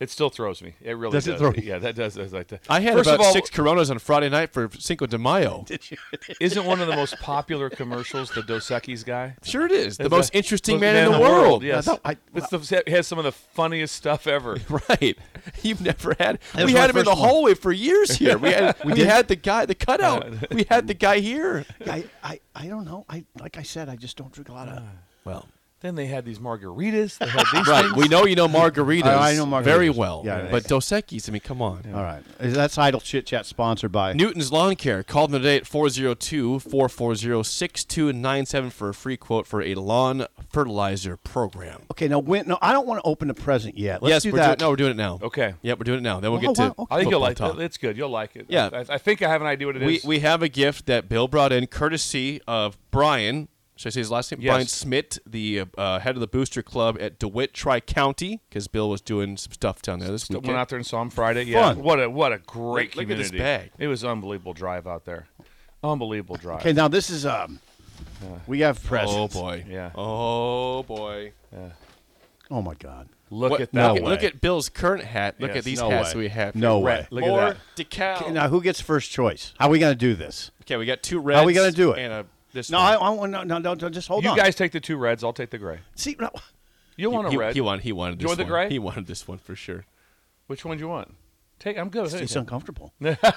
[SPEAKER 3] It still throws me. It really
[SPEAKER 2] Does
[SPEAKER 3] does.
[SPEAKER 2] it throw you?
[SPEAKER 3] yeah, that does. does like that.
[SPEAKER 1] I had
[SPEAKER 3] First
[SPEAKER 1] about
[SPEAKER 3] of all,
[SPEAKER 1] six Coronas on Friday night for Cinco de Mayo.
[SPEAKER 3] Isn't one of the most popular commercials the Dos Equis guy?
[SPEAKER 1] Sure, it is the
[SPEAKER 3] It's
[SPEAKER 1] most
[SPEAKER 3] a-
[SPEAKER 1] interesting
[SPEAKER 3] most
[SPEAKER 1] man, in the world.
[SPEAKER 3] Yes,
[SPEAKER 2] I thought- I-
[SPEAKER 3] it's the, it has some of the funniest stuff ever.
[SPEAKER 1] Right, you've never had.
[SPEAKER 2] That
[SPEAKER 1] we
[SPEAKER 2] was my
[SPEAKER 1] had him in the
[SPEAKER 2] first one.
[SPEAKER 1] hallway for years here. We had we, had the guy, the
[SPEAKER 2] Uh,
[SPEAKER 1] cutout. we had the guy here.
[SPEAKER 2] I, I, I don't know. I like I said, I just don't drink a lot
[SPEAKER 1] Ah.
[SPEAKER 2] of.
[SPEAKER 1] Well,
[SPEAKER 3] Then they had these margaritas. They had these
[SPEAKER 1] right.
[SPEAKER 3] things.
[SPEAKER 1] We know you know margaritas.
[SPEAKER 2] I- I know
[SPEAKER 1] very
[SPEAKER 2] margaritas.
[SPEAKER 1] well.
[SPEAKER 2] Yeah, yeah.
[SPEAKER 1] but Dos Equis. I mean, come on.
[SPEAKER 2] All right, Is- that's Idle Chit Chat sponsored by.
[SPEAKER 1] Newton's Lawn Care. Call them today at 402 440 6297 for a free quote for a lawn fertilizer program.
[SPEAKER 2] okay, now when, no, I don't want to open a present yet. Let's
[SPEAKER 1] yes,
[SPEAKER 2] do
[SPEAKER 1] we're
[SPEAKER 2] that.
[SPEAKER 1] Doing, no, we're doing it now.
[SPEAKER 3] Okay.
[SPEAKER 1] Yeah, we're doing it now. Then we'll get
[SPEAKER 2] Oh,
[SPEAKER 1] to.
[SPEAKER 2] wow, okay.
[SPEAKER 3] I think you'll
[SPEAKER 1] football
[SPEAKER 3] like
[SPEAKER 1] talk.
[SPEAKER 3] it. It's good. You'll like it.
[SPEAKER 1] Yeah.
[SPEAKER 3] I, I think I have an idea what it is.
[SPEAKER 1] We we have a gift that Bill brought in, courtesy of Brian. Should I say his last name?
[SPEAKER 3] Yes.
[SPEAKER 1] Brian Smith, the uh, head of the Booster Club at Dewitt Tri County, because Bill was doing some stuff down there this weekend.
[SPEAKER 3] went out there and saw him Friday. Yeah.
[SPEAKER 2] Fun.
[SPEAKER 3] What a what a great
[SPEAKER 1] Look- look at this
[SPEAKER 3] community.
[SPEAKER 1] bag.
[SPEAKER 3] It was unbelievable drive out there. Unbelievable drive.
[SPEAKER 2] Okay, now this is um, we have presents.
[SPEAKER 1] oh boy.
[SPEAKER 3] Yeah.
[SPEAKER 1] Oh boy.
[SPEAKER 2] Oh my God.
[SPEAKER 3] Look
[SPEAKER 1] What-
[SPEAKER 3] at that.
[SPEAKER 1] Look,
[SPEAKER 2] way.
[SPEAKER 1] look at Bill's current hat. Look
[SPEAKER 3] Yes,
[SPEAKER 1] at these
[SPEAKER 2] no
[SPEAKER 1] hats
[SPEAKER 2] way.
[SPEAKER 1] we have. here.
[SPEAKER 2] No way.
[SPEAKER 3] Red. Look at
[SPEAKER 1] More
[SPEAKER 3] that.
[SPEAKER 1] decal.
[SPEAKER 2] Okay, now who gets first choice? How we gonna do this?
[SPEAKER 1] Okay, we got two reds.
[SPEAKER 2] How we gonna do it?
[SPEAKER 1] And a this.
[SPEAKER 2] No,
[SPEAKER 1] one.
[SPEAKER 2] I, I want no, no, no, no, just hold
[SPEAKER 3] You
[SPEAKER 2] on.
[SPEAKER 3] guys take the two reds. I'll take the gray.
[SPEAKER 2] see, no,
[SPEAKER 3] You want
[SPEAKER 1] he,
[SPEAKER 3] a red?
[SPEAKER 1] He wanted. He wanted this
[SPEAKER 3] You want the
[SPEAKER 1] one.
[SPEAKER 3] gray?
[SPEAKER 1] He wanted this one for sure.
[SPEAKER 3] Which one do you want? Take. I'm good. with
[SPEAKER 2] it's
[SPEAKER 3] anything.
[SPEAKER 2] uncomfortable.
[SPEAKER 1] You
[SPEAKER 2] That's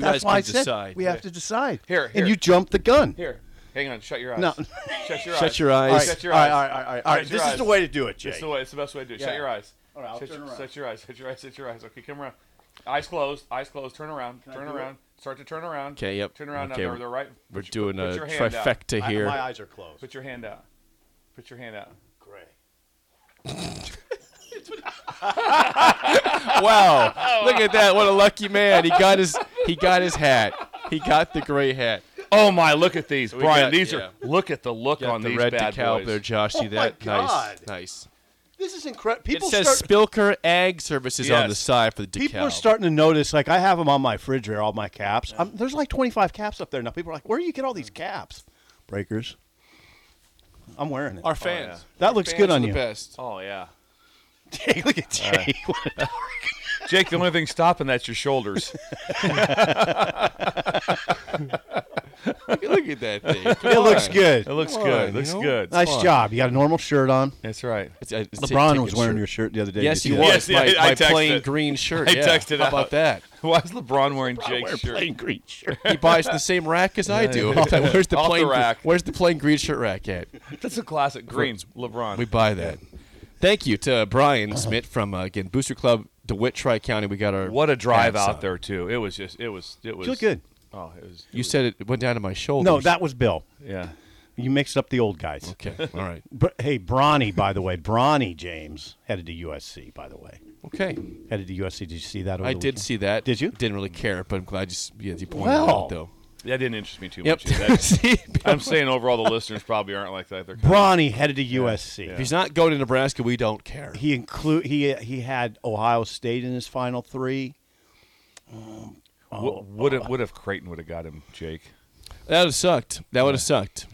[SPEAKER 1] guys can
[SPEAKER 2] why I said
[SPEAKER 1] decide.
[SPEAKER 2] we have to decide.
[SPEAKER 3] Here,
[SPEAKER 2] and
[SPEAKER 3] here.
[SPEAKER 2] you jumped the gun.
[SPEAKER 3] Here. Hang on. Shut your eyes.
[SPEAKER 2] No.
[SPEAKER 3] Shut your eyes.
[SPEAKER 1] Shut your eyes.
[SPEAKER 2] All right,
[SPEAKER 3] Shut your
[SPEAKER 2] all right,
[SPEAKER 3] eyes.
[SPEAKER 2] all right, all right, all right.
[SPEAKER 3] Shut your
[SPEAKER 2] This is
[SPEAKER 3] eyes.
[SPEAKER 2] the way to do it, Jake.
[SPEAKER 3] It's the way. It's the best way to do it.
[SPEAKER 2] Yeah.
[SPEAKER 3] Shut your eyes.
[SPEAKER 2] All right, I'll
[SPEAKER 3] shut,
[SPEAKER 2] turn
[SPEAKER 3] your-
[SPEAKER 2] around.
[SPEAKER 3] shut your eyes. Shut your eyes. Shut your eyes. Okay, come around. Eyes closed. Eyes closed. Turn around. turn
[SPEAKER 2] do
[SPEAKER 3] around. Start to turn around.
[SPEAKER 1] Okay, yep.
[SPEAKER 3] Turn around.
[SPEAKER 1] Okay,
[SPEAKER 3] now.
[SPEAKER 1] we're-
[SPEAKER 3] They're, they're right.
[SPEAKER 1] We're
[SPEAKER 3] Put your-
[SPEAKER 1] doing
[SPEAKER 3] put
[SPEAKER 1] a
[SPEAKER 3] your hand out.
[SPEAKER 1] trifecta
[SPEAKER 2] I-
[SPEAKER 1] here.
[SPEAKER 2] my eyes are closed.
[SPEAKER 3] Put your hand out. Put your hand out.
[SPEAKER 2] Gray.
[SPEAKER 1] wow! Look at that! What a lucky man! He got his. He got his hat. He got the gray hat.
[SPEAKER 3] Oh my! Look at these, Brian.
[SPEAKER 1] got-
[SPEAKER 3] these
[SPEAKER 1] yeah.
[SPEAKER 3] are. Look at the look
[SPEAKER 1] Got
[SPEAKER 3] on
[SPEAKER 1] the
[SPEAKER 3] these
[SPEAKER 1] red
[SPEAKER 3] bad
[SPEAKER 1] decal
[SPEAKER 3] boys.
[SPEAKER 1] there, Josh. See
[SPEAKER 2] Oh, my
[SPEAKER 1] that?
[SPEAKER 2] God.
[SPEAKER 1] Nice, nice.
[SPEAKER 2] This is incredible. People
[SPEAKER 1] it says
[SPEAKER 2] start,
[SPEAKER 1] Spilker Ag Services on the
[SPEAKER 3] Yes.
[SPEAKER 1] side for the decal.
[SPEAKER 2] people are starting to notice. Like I have them on my refrigerator, all my caps. Um there's like 25 caps up there now. People are like, "Where do you get all these caps?" Breakers. I'm wearing it.
[SPEAKER 1] Our fans.
[SPEAKER 3] yeah.
[SPEAKER 2] that looks
[SPEAKER 1] Fans
[SPEAKER 2] good
[SPEAKER 1] are
[SPEAKER 2] on
[SPEAKER 1] the
[SPEAKER 2] you.
[SPEAKER 1] Best.
[SPEAKER 3] Oh yeah,
[SPEAKER 2] Jake, look at Jake.
[SPEAKER 3] Jake. The only thing stopping that's your shoulders.
[SPEAKER 1] Look at that thing. Come
[SPEAKER 2] it looks
[SPEAKER 1] on.
[SPEAKER 2] good.
[SPEAKER 3] It looks
[SPEAKER 1] Come on,
[SPEAKER 3] good.
[SPEAKER 1] you
[SPEAKER 3] looks
[SPEAKER 1] know?
[SPEAKER 3] good.
[SPEAKER 2] nice job. You got a normal shirt on.
[SPEAKER 3] That's right.
[SPEAKER 1] It's- it's- it's
[SPEAKER 2] LeBron
[SPEAKER 1] taking
[SPEAKER 2] was wearing
[SPEAKER 1] shirt.
[SPEAKER 2] your shirt the other day.
[SPEAKER 1] Yes,
[SPEAKER 2] Did
[SPEAKER 1] he
[SPEAKER 2] you see that?
[SPEAKER 1] was.
[SPEAKER 3] Yes,
[SPEAKER 1] my
[SPEAKER 3] I- I
[SPEAKER 1] my
[SPEAKER 3] texted
[SPEAKER 1] plain
[SPEAKER 3] it.
[SPEAKER 1] green shirt.
[SPEAKER 3] I
[SPEAKER 1] yeah.
[SPEAKER 3] texted
[SPEAKER 1] How
[SPEAKER 3] out.
[SPEAKER 1] about that?
[SPEAKER 3] Why is LeBron wearing Jake's shirt?
[SPEAKER 2] green shirt.
[SPEAKER 1] He buys the same rack as I do. Where's the
[SPEAKER 3] Off the
[SPEAKER 1] plain?
[SPEAKER 3] rack.
[SPEAKER 1] Where's the plain green shirt rack at?
[SPEAKER 3] That's a classic. Green LeBron.
[SPEAKER 1] We buy that. Thank you to Brian Smith from uh, again Booster Club Dewitt Tri County. We got our
[SPEAKER 3] what a drive
[SPEAKER 1] hats
[SPEAKER 3] out
[SPEAKER 1] on.
[SPEAKER 3] there too. It was just. It was. It was.
[SPEAKER 2] look good.
[SPEAKER 3] Oh, it was.
[SPEAKER 1] You said it went down to my shoulders.
[SPEAKER 2] No, that was Bill.
[SPEAKER 3] Yeah.
[SPEAKER 2] You mixed up the old guys.
[SPEAKER 1] Okay, all right.
[SPEAKER 2] But hey, Bronny, by the way, Bronny James headed to USC. By the way,
[SPEAKER 1] Okay,
[SPEAKER 2] headed to USC. Did you see that? Over
[SPEAKER 1] I
[SPEAKER 2] the
[SPEAKER 1] did
[SPEAKER 2] weekend?
[SPEAKER 1] see that.
[SPEAKER 2] Did you?
[SPEAKER 1] Didn't really care, but I'm glad you, s- yeah, you pointed it
[SPEAKER 2] Well.
[SPEAKER 1] out though.
[SPEAKER 3] That didn't interest me too
[SPEAKER 1] Yep.
[SPEAKER 3] much. either. That-
[SPEAKER 1] See,
[SPEAKER 3] I'm saying overall, the listeners probably aren't like that. They're kind of-
[SPEAKER 2] Bronny headed to USC.
[SPEAKER 1] if he's not going to Nebraska, we don't care.
[SPEAKER 2] He include he he had Ohio State in his final three.
[SPEAKER 3] Wo- would have would have Creighton would have got him, Jake.
[SPEAKER 1] That would have sucked. That would have sucked.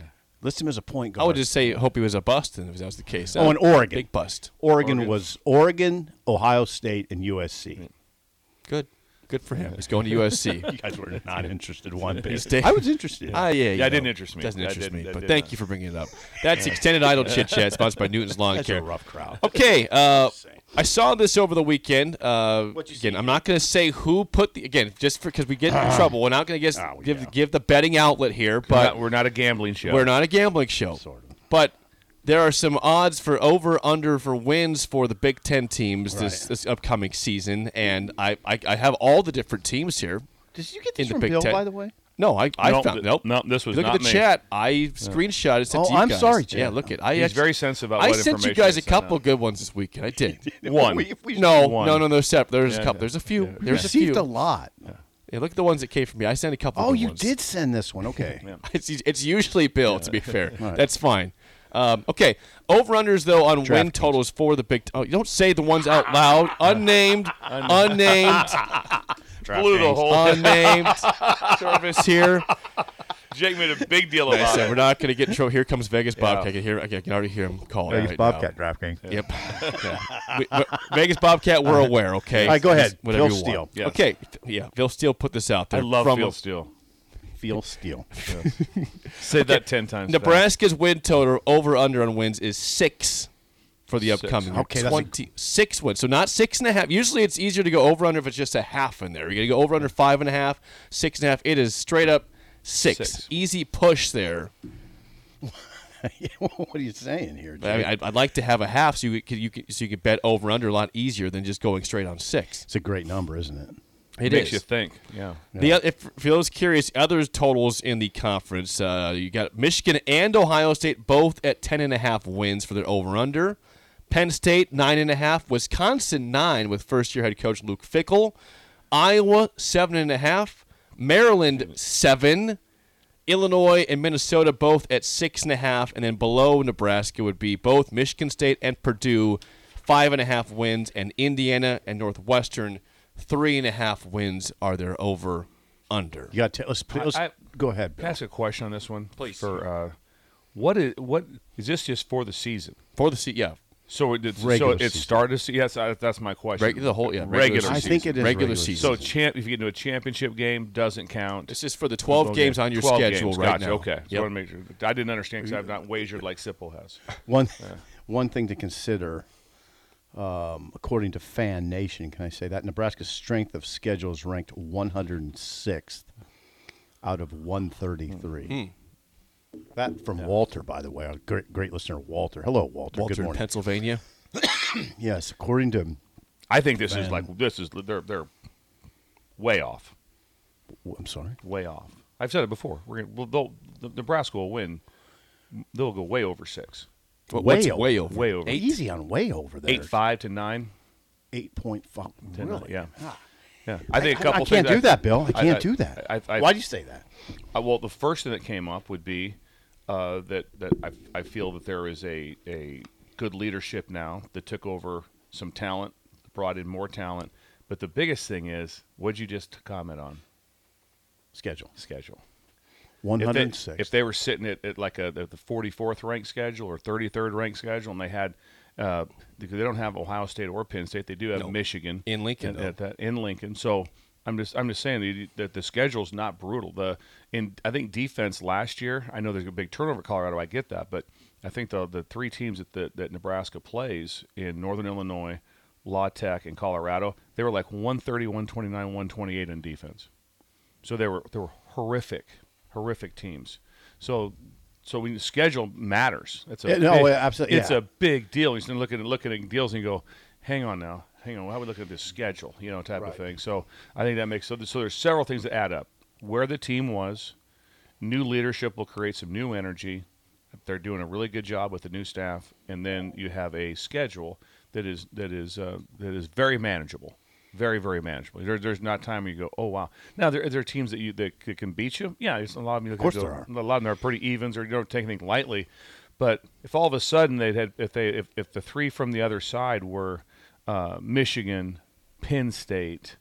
[SPEAKER 2] List him as a point guard.
[SPEAKER 1] I would just say hope he was a bust, and if that was the case. uh,
[SPEAKER 2] Oh, and Oregon.
[SPEAKER 1] big bust.
[SPEAKER 2] Oregon, was Oregon, Ohio State, and USC.
[SPEAKER 1] Mm. Good, good for him. He's going to USC.
[SPEAKER 2] You guys were not interested one bit.
[SPEAKER 1] Stay-
[SPEAKER 2] I was interested.
[SPEAKER 1] Ah, yeah, you
[SPEAKER 5] That
[SPEAKER 1] know,
[SPEAKER 5] didn't interest me.
[SPEAKER 1] Doesn't
[SPEAKER 5] That
[SPEAKER 1] interest
[SPEAKER 5] didn't-
[SPEAKER 1] me.
[SPEAKER 5] that
[SPEAKER 1] But
[SPEAKER 5] did
[SPEAKER 1] thank
[SPEAKER 5] not.
[SPEAKER 1] you for bringing it up. That's extended idle chit chat, sponsored by Newton's Lawn
[SPEAKER 2] That's
[SPEAKER 1] Care.
[SPEAKER 2] a rough crowd.
[SPEAKER 1] Okay, uh, I saw this over the weekend. Uh, again, I'm not going to say who put the again just because we get in trouble. We're not going to guess
[SPEAKER 2] Oh,
[SPEAKER 1] give
[SPEAKER 2] yeah.
[SPEAKER 1] give the betting outlet here,
[SPEAKER 3] We're
[SPEAKER 1] but
[SPEAKER 3] not- we're not a gambling show.
[SPEAKER 1] We're not a gambling show.
[SPEAKER 2] Sort of.
[SPEAKER 1] But there are some odds for over under for wins for the Big Ten teams this,
[SPEAKER 2] Right.
[SPEAKER 1] this upcoming season, and I, I I have all the different teams here.
[SPEAKER 2] Did you get
[SPEAKER 1] In
[SPEAKER 2] this
[SPEAKER 1] the
[SPEAKER 2] from
[SPEAKER 1] Big
[SPEAKER 2] Bill,
[SPEAKER 1] Ten.
[SPEAKER 2] by the way?
[SPEAKER 1] No, I, I
[SPEAKER 3] No,
[SPEAKER 1] found
[SPEAKER 3] th-
[SPEAKER 1] nope.
[SPEAKER 3] no, this was
[SPEAKER 1] look
[SPEAKER 3] not
[SPEAKER 1] at the
[SPEAKER 3] me.
[SPEAKER 1] chat. I screenshot it. Sent to
[SPEAKER 2] Oh,
[SPEAKER 1] you
[SPEAKER 2] I'm
[SPEAKER 1] guys.
[SPEAKER 2] sorry,
[SPEAKER 1] Yeah,
[SPEAKER 2] Chad.
[SPEAKER 1] look at I.
[SPEAKER 3] He's
[SPEAKER 1] actually-
[SPEAKER 3] very sensitive about
[SPEAKER 1] I
[SPEAKER 3] what
[SPEAKER 1] sent you
[SPEAKER 3] information
[SPEAKER 1] guys a
[SPEAKER 3] he sent
[SPEAKER 1] couple
[SPEAKER 3] out.
[SPEAKER 1] good ones this weekend. I did.
[SPEAKER 3] One.
[SPEAKER 2] We, we
[SPEAKER 1] No,
[SPEAKER 3] One.
[SPEAKER 1] no, no, no. Sep, there's a
[SPEAKER 3] Yeah,
[SPEAKER 1] couple.
[SPEAKER 3] yeah.
[SPEAKER 1] There's a few.
[SPEAKER 2] we
[SPEAKER 1] There's a
[SPEAKER 2] received
[SPEAKER 1] few.
[SPEAKER 2] a lot.
[SPEAKER 1] Yeah, look at the ones that came from me. I sent a couple.
[SPEAKER 2] Oh,
[SPEAKER 1] good
[SPEAKER 2] you
[SPEAKER 1] ones.
[SPEAKER 2] did send this one. Okay.
[SPEAKER 1] It's, it's usually Bill, to be fair. That's fine. Um, okay, over/unders though on win totals for the Big. Oh, you don't say the ones out loud. Unnamed, unnamed,
[SPEAKER 5] Blew the whole
[SPEAKER 1] unnamed service here.
[SPEAKER 5] Jake made a big deal about
[SPEAKER 1] So
[SPEAKER 5] it.
[SPEAKER 1] we're not going to get in trouble. Here comes Vegas Bobcat. I can hear. I can, I can already hear him calling.
[SPEAKER 6] Vegas
[SPEAKER 1] right now.
[SPEAKER 6] Bobcat DraftKings.
[SPEAKER 1] Yep. Yeah. We- we- Vegas Bobcat, we're aware. Okay.
[SPEAKER 2] All right, go ahead.
[SPEAKER 1] Whatever
[SPEAKER 2] Bill
[SPEAKER 1] you want.
[SPEAKER 2] Steele.
[SPEAKER 5] Yes.
[SPEAKER 1] Okay. Yeah. Bill Steele put this out
[SPEAKER 3] I
[SPEAKER 1] there.
[SPEAKER 3] love
[SPEAKER 1] from
[SPEAKER 3] Phil Steele.
[SPEAKER 2] Feel steel.
[SPEAKER 5] Say that ten times.
[SPEAKER 1] Nebraska's win total over under on wins is six for the upcoming. year.
[SPEAKER 2] Okay, that's a-
[SPEAKER 1] 20 six wins. So not six and a half. Usually it's easier to go over under if it's just a half in there. You're gonna go over under five and a half, six and a half. It is straight up six.
[SPEAKER 3] Six.
[SPEAKER 1] Easy push there.
[SPEAKER 2] what are you saying here?
[SPEAKER 1] But I mean,
[SPEAKER 2] Jay?
[SPEAKER 1] I'd, I'd like to have a half so you could you could, so you could bet over under a lot easier than just going straight on six.
[SPEAKER 2] it's a great number, isn't it?
[SPEAKER 1] It
[SPEAKER 3] Makes
[SPEAKER 1] is.
[SPEAKER 3] you think. Yeah.
[SPEAKER 1] The oth- if, for those curious, other totals in the conference, uh, you got Michigan and Ohio State both at ten and a half wins for their over/under. Penn State nine and a half, Wisconsin nine with first-year head coach Luke Fickle, Iowa seven and a half, Maryland seven, Illinois and Minnesota both at six and a half, and then below Nebraska would be both Michigan State and Purdue, five and a half wins, and Indiana and Northwestern, three and a half wins are their over under.
[SPEAKER 2] You got to let's, let's
[SPEAKER 3] I-
[SPEAKER 2] go ahead. Bill.
[SPEAKER 3] Can I ask a question on this one, please? For uh, what is what is this just for the season?
[SPEAKER 1] For the se- yeah,
[SPEAKER 3] So it, it's- so
[SPEAKER 2] Regular
[SPEAKER 3] it
[SPEAKER 2] season.
[SPEAKER 3] started. se- Yes, I, that's my question.
[SPEAKER 1] Reg- the whole yeah regular,
[SPEAKER 3] regular.
[SPEAKER 1] season.
[SPEAKER 2] I think it is
[SPEAKER 1] regular,
[SPEAKER 2] regular
[SPEAKER 1] season.
[SPEAKER 3] So champ, if you get into a championship game, doesn't count.
[SPEAKER 1] this is for the twelve games on your
[SPEAKER 3] 12
[SPEAKER 1] schedule
[SPEAKER 3] Oh, games.
[SPEAKER 1] right
[SPEAKER 3] gotcha.
[SPEAKER 1] now.
[SPEAKER 3] Okay, so I
[SPEAKER 1] Yep.
[SPEAKER 3] want to make sure. I didn't understand because I've not wagered like Sipple has.
[SPEAKER 2] One, one thing to consider, um, according to Fan Nation, can I say that Nebraska's strength of schedule is ranked 106th out of 133.
[SPEAKER 3] Hmm.
[SPEAKER 2] That from Walter, by the way, our great, great listener Walter. Hello, Walter.
[SPEAKER 1] Walter
[SPEAKER 2] Good
[SPEAKER 1] in
[SPEAKER 2] morning.
[SPEAKER 1] Pennsylvania.
[SPEAKER 2] yes, according to
[SPEAKER 3] I think this is like this is they're they're way off,
[SPEAKER 2] I'm sorry.
[SPEAKER 3] way off. I've said it before. We're gonna well, they'll, the Nebraska will win. They'll go way over six,
[SPEAKER 1] What-
[SPEAKER 2] Way
[SPEAKER 1] what's
[SPEAKER 2] over.
[SPEAKER 1] way over.
[SPEAKER 3] way over
[SPEAKER 1] Eight?
[SPEAKER 2] Easy on way over there.
[SPEAKER 3] eight five to nine.
[SPEAKER 2] Eight point five.
[SPEAKER 3] to nine.
[SPEAKER 2] Really? Ah.
[SPEAKER 3] Yeah. Yeah, I think a couple.
[SPEAKER 2] I can't
[SPEAKER 3] things
[SPEAKER 2] do that, Bill. I
[SPEAKER 3] I-
[SPEAKER 2] can't
[SPEAKER 3] I-
[SPEAKER 2] do that.
[SPEAKER 3] I- I-
[SPEAKER 2] Why do you say that?
[SPEAKER 3] Uh, well, the first thing that came up would be uh, that that I, I feel that there is a a good leadership now that took over some talent, brought in more talent. But the biggest thing is, what'd you just comment on?
[SPEAKER 2] Schedule
[SPEAKER 3] Schedule. If they,
[SPEAKER 2] 106.
[SPEAKER 3] if they were sitting at, at like a the the 44th ranked schedule or 33rd ranked schedule, and they had uh, because they don't have Ohio State or Penn State, they do have Michigan
[SPEAKER 1] In
[SPEAKER 3] at-
[SPEAKER 1] Lincoln, though.
[SPEAKER 3] at that- in Lincoln. So I'm just I'm just saying that you- that the schedule's not brutal. The in I think defense last year. I know there's a big turnover at Colorado. I get that, but I think the the three teams that that, that Nebraska plays in Northern Illinois. La Tech and Colorado, they were like 130, 129, 128 in defense. So they were they were horrific, horrific teams. So so when the schedule matters, it's a
[SPEAKER 2] Yeah, no,
[SPEAKER 3] big,
[SPEAKER 2] it- absolutely,
[SPEAKER 3] it's
[SPEAKER 2] yeah.
[SPEAKER 3] a big deal. You're looking and looking at deals and you go, hang on now, hang on, how are we looking at this schedule, you know, type of thing. So I think that makes so. So there's several things that add up. Where the team was, new leadership will create some new energy. They're doing a really good job with the new staff, and then you have a schedule that is that is uh, that is very manageable, very very manageable. There, there's not time where you go, oh wow. Now there, are there teams that you that c- can beat you? Yeah, there's a lot of them. Of
[SPEAKER 2] course there are.
[SPEAKER 3] A lot of them are pretty evens, or you don't take anything lightly. But if all of a sudden they would had if they if, if the three from the other side were uh, Michigan, Penn State,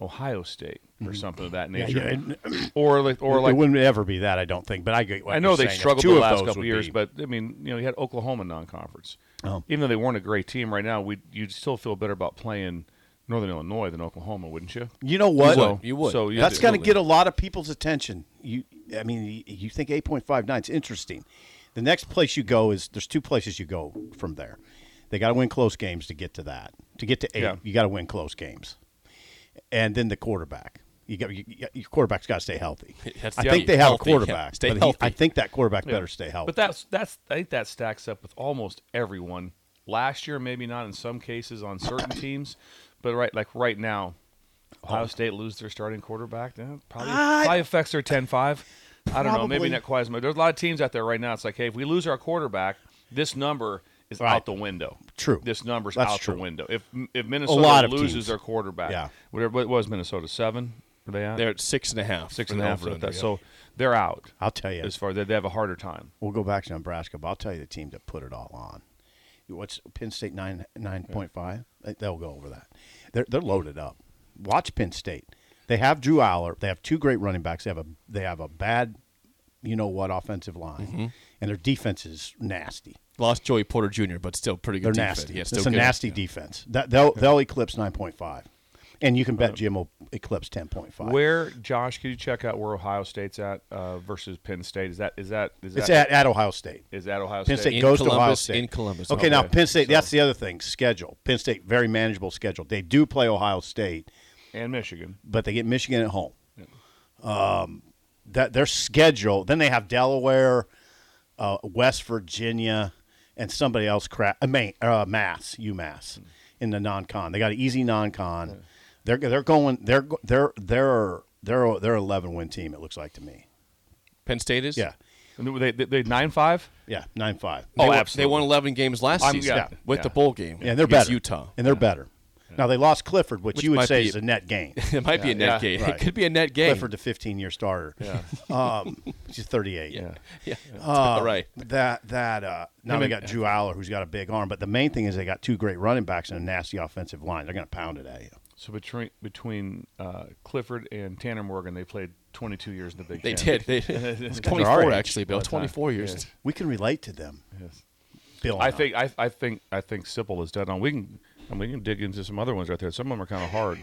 [SPEAKER 3] Ohio State or something of that nature,
[SPEAKER 2] Mm-hmm. yeah,
[SPEAKER 3] or like or
[SPEAKER 2] it
[SPEAKER 3] like
[SPEAKER 2] wouldn't ever be that. I don't think. But I get. What
[SPEAKER 3] I know
[SPEAKER 2] you're
[SPEAKER 3] they
[SPEAKER 2] saying. If
[SPEAKER 3] struggled
[SPEAKER 2] two
[SPEAKER 3] the
[SPEAKER 2] of
[SPEAKER 3] last
[SPEAKER 2] those
[SPEAKER 3] couple
[SPEAKER 2] would
[SPEAKER 3] years,
[SPEAKER 2] be-
[SPEAKER 3] but I mean, you know, you had Oklahoma non-conference.
[SPEAKER 2] Oh.
[SPEAKER 3] Even though they weren't a great team right now, we you'd still feel better about playing Northern Illinois than Oklahoma, wouldn't you?
[SPEAKER 2] you know what?
[SPEAKER 1] would. You would.
[SPEAKER 3] So
[SPEAKER 2] That's going to
[SPEAKER 3] absolutely.
[SPEAKER 2] get a lot of people's attention. You, I mean, you, you think 8.59 is interesting. The next place you go is there's two places you go from there. They got to win close games to get to that. To get to eight,
[SPEAKER 3] Yeah.
[SPEAKER 2] you got to win close games, and then the quarterback. You got you, you- your quarterback's got to stay healthy.
[SPEAKER 1] That's
[SPEAKER 2] I
[SPEAKER 1] the
[SPEAKER 2] think
[SPEAKER 1] key.
[SPEAKER 2] they have
[SPEAKER 1] Healthy,
[SPEAKER 2] a
[SPEAKER 1] yeah.
[SPEAKER 2] quarterback.
[SPEAKER 1] Stay
[SPEAKER 2] but he-
[SPEAKER 1] healthy.
[SPEAKER 2] I think that quarterback better stay healthy.
[SPEAKER 3] But that's that's I think that stacks up with almost everyone. Last year, maybe not in some cases on certain teams, but right like right now, Ohio State lose their starting quarterback. That probably,
[SPEAKER 2] Oh. Ah, I-
[SPEAKER 3] probably affects their 10-5. I don't know.
[SPEAKER 2] Probably.
[SPEAKER 3] Maybe not quite as much. There's a lot of teams out there right now. It's like, hey, if we lose our quarterback, this number is
[SPEAKER 2] Right.
[SPEAKER 3] out the window.
[SPEAKER 2] True.
[SPEAKER 3] This number's
[SPEAKER 2] That's
[SPEAKER 3] out
[SPEAKER 2] true.
[SPEAKER 3] the window. If if Minnesota
[SPEAKER 2] lot of
[SPEAKER 3] loses
[SPEAKER 2] teams.
[SPEAKER 3] their quarterback,
[SPEAKER 2] Yeah.
[SPEAKER 3] whatever what was Minnesota seven, are they at
[SPEAKER 1] They're at six and a half.
[SPEAKER 3] six
[SPEAKER 1] for
[SPEAKER 3] and a
[SPEAKER 1] the
[SPEAKER 3] half?
[SPEAKER 1] over
[SPEAKER 3] So,
[SPEAKER 1] under,
[SPEAKER 3] that,
[SPEAKER 1] yeah.
[SPEAKER 3] so they're out.
[SPEAKER 2] I'll tell you.
[SPEAKER 3] As far they they have a harder time.
[SPEAKER 2] We'll go back to Nebraska, but I'll tell you the team that put it all on. What's Penn State nine nine point five? They'll go over that. They're they're loaded up. Watch Penn State. They have Drew Aller. They have two great running backs. They have a they have a bad, you know what, offensive line,
[SPEAKER 1] Mm-hmm.
[SPEAKER 2] and their defense is nasty.
[SPEAKER 1] Lost Joey Porter Jr., but still pretty
[SPEAKER 2] They're
[SPEAKER 1] good defense.
[SPEAKER 2] nasty.
[SPEAKER 1] Yeah,
[SPEAKER 2] it's
[SPEAKER 1] still
[SPEAKER 2] a
[SPEAKER 1] good.
[SPEAKER 2] nasty defense. That they'll they'll eclipse nine point five, and you can
[SPEAKER 1] Uh,
[SPEAKER 2] bet Jim will eclipse ten point five.
[SPEAKER 3] Where Josh, could you check out where Ohio State's at uh, versus Penn State? Is that is that is that
[SPEAKER 2] it's at, at Ohio State.
[SPEAKER 3] is that Ohio
[SPEAKER 2] Penn State
[SPEAKER 3] State?
[SPEAKER 1] In
[SPEAKER 2] goes to Ohio
[SPEAKER 1] Columbus-
[SPEAKER 2] State
[SPEAKER 1] in Columbus,
[SPEAKER 2] Okay, now
[SPEAKER 1] okay.
[SPEAKER 2] Penn State. That's the other thing. Schedule. Penn State very manageable schedule. They do play Ohio State,
[SPEAKER 3] and Michigan?
[SPEAKER 2] but they get Michigan at home. Um, that their schedule. Then they have Delaware, uh, West Virginia, and somebody else. Crap. Uh, Maine, uh, Mass.
[SPEAKER 1] Hmm.
[SPEAKER 2] UMass in the non-con. They got an easy non-con. They're they're going. They're go- they're they're they're they're eleven win team. It looks like to me.
[SPEAKER 1] Penn State is?
[SPEAKER 2] Yeah.
[SPEAKER 3] And They they, they nine five.
[SPEAKER 2] Yeah. Nine five.
[SPEAKER 1] Oh,
[SPEAKER 3] They-
[SPEAKER 1] absolutely. They won 11 games last
[SPEAKER 3] I'm-
[SPEAKER 1] season
[SPEAKER 3] yeah.
[SPEAKER 1] with
[SPEAKER 3] Yeah.
[SPEAKER 1] the bowl game.
[SPEAKER 2] Yeah, and they're
[SPEAKER 1] against
[SPEAKER 2] better.
[SPEAKER 1] Utah.
[SPEAKER 2] and they're better. Now they lost Clifford, which,
[SPEAKER 1] Which
[SPEAKER 2] you would
[SPEAKER 1] might
[SPEAKER 2] say
[SPEAKER 1] be-
[SPEAKER 2] is a net gain.
[SPEAKER 1] It might be a net
[SPEAKER 3] yeah,
[SPEAKER 1] game.
[SPEAKER 2] right.
[SPEAKER 1] It could be a net game.
[SPEAKER 2] Clifford, the 15-year starter. Yeah, um, he's 38.
[SPEAKER 3] Yeah.
[SPEAKER 1] yeah.
[SPEAKER 2] Uh,
[SPEAKER 1] All right.
[SPEAKER 2] That that uh, now they got Drew Aller, who's got a big arm. But the main thing is they got two great running backs and a nasty offensive line. They're going to pound it at you.
[SPEAKER 3] So between between uh, Clifford and Tanner Morgan, they played twenty two years in the Big
[SPEAKER 1] They
[SPEAKER 3] Ten.
[SPEAKER 1] did. They did. 24,
[SPEAKER 2] already
[SPEAKER 1] actually, Bill.
[SPEAKER 3] by the time.
[SPEAKER 1] 24 years.
[SPEAKER 2] We can relate to them,
[SPEAKER 3] Yes.
[SPEAKER 2] Bill.
[SPEAKER 3] I
[SPEAKER 2] and
[SPEAKER 3] think I, I think I think Sipple is done on. We can and we can dig into some other ones right there. Some of them are kind of hard.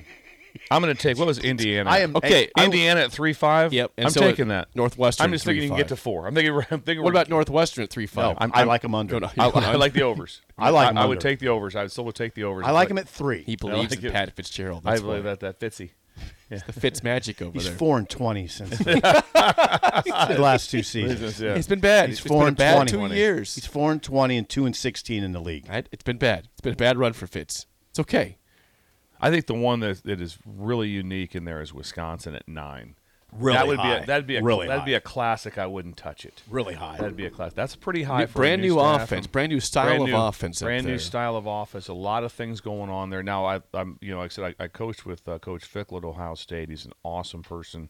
[SPEAKER 3] I'm going to take what was Indiana.
[SPEAKER 2] I am-
[SPEAKER 1] Okay, I-
[SPEAKER 3] Indiana at three five.
[SPEAKER 1] Yep, and
[SPEAKER 3] I'm
[SPEAKER 1] so
[SPEAKER 3] taking
[SPEAKER 1] it-
[SPEAKER 3] that
[SPEAKER 1] Northwestern
[SPEAKER 3] I'm just thinking you can get
[SPEAKER 1] 3-5.
[SPEAKER 3] to four. I'm thinking. I'm thinking.
[SPEAKER 1] What
[SPEAKER 3] we're-
[SPEAKER 1] about Northwestern at 3 5?
[SPEAKER 2] No, Oh, I like them under.
[SPEAKER 3] I, I like the overs.
[SPEAKER 2] I like
[SPEAKER 3] I,
[SPEAKER 2] 'em
[SPEAKER 3] would
[SPEAKER 2] under.
[SPEAKER 3] take the overs. I still would take the overs.
[SPEAKER 2] I like him at three.
[SPEAKER 1] He believes
[SPEAKER 3] like
[SPEAKER 1] in
[SPEAKER 3] it.
[SPEAKER 1] Pat Fitzgerald.
[SPEAKER 3] I
[SPEAKER 1] That's
[SPEAKER 3] believe
[SPEAKER 1] why.
[SPEAKER 3] that that Fitzy.
[SPEAKER 1] It's the Fitz magic over
[SPEAKER 2] he's
[SPEAKER 1] there.
[SPEAKER 2] four and twenty since the, the last two seasons.
[SPEAKER 3] Yeah.
[SPEAKER 1] It's been bad.
[SPEAKER 2] He's
[SPEAKER 1] It's
[SPEAKER 2] four
[SPEAKER 1] been a
[SPEAKER 2] and
[SPEAKER 1] bad
[SPEAKER 2] 20.
[SPEAKER 1] two years.
[SPEAKER 2] He's four and twenty and two and sixteen in the league.
[SPEAKER 1] Right? It's been bad. It's been a bad run for Fitz. It's okay.
[SPEAKER 3] I think the one that, that is really unique in there is Wisconsin at nine.
[SPEAKER 2] Really
[SPEAKER 3] that would be
[SPEAKER 2] high.
[SPEAKER 3] a, that'd be a,
[SPEAKER 2] Really
[SPEAKER 3] that'd be
[SPEAKER 2] high.
[SPEAKER 3] a classic. I wouldn't touch it.
[SPEAKER 2] Really high.
[SPEAKER 3] That'd be a class. That's pretty high. for a
[SPEAKER 1] brand new
[SPEAKER 3] staff.
[SPEAKER 1] offense,
[SPEAKER 3] Um,
[SPEAKER 1] brand new style of offense up
[SPEAKER 3] Brand
[SPEAKER 1] there.
[SPEAKER 3] new style of offense. A lot of things going on there now. I, I'm, you know, like I said, I, I coached with uh, Coach Fickle at Ohio State. He's an awesome person,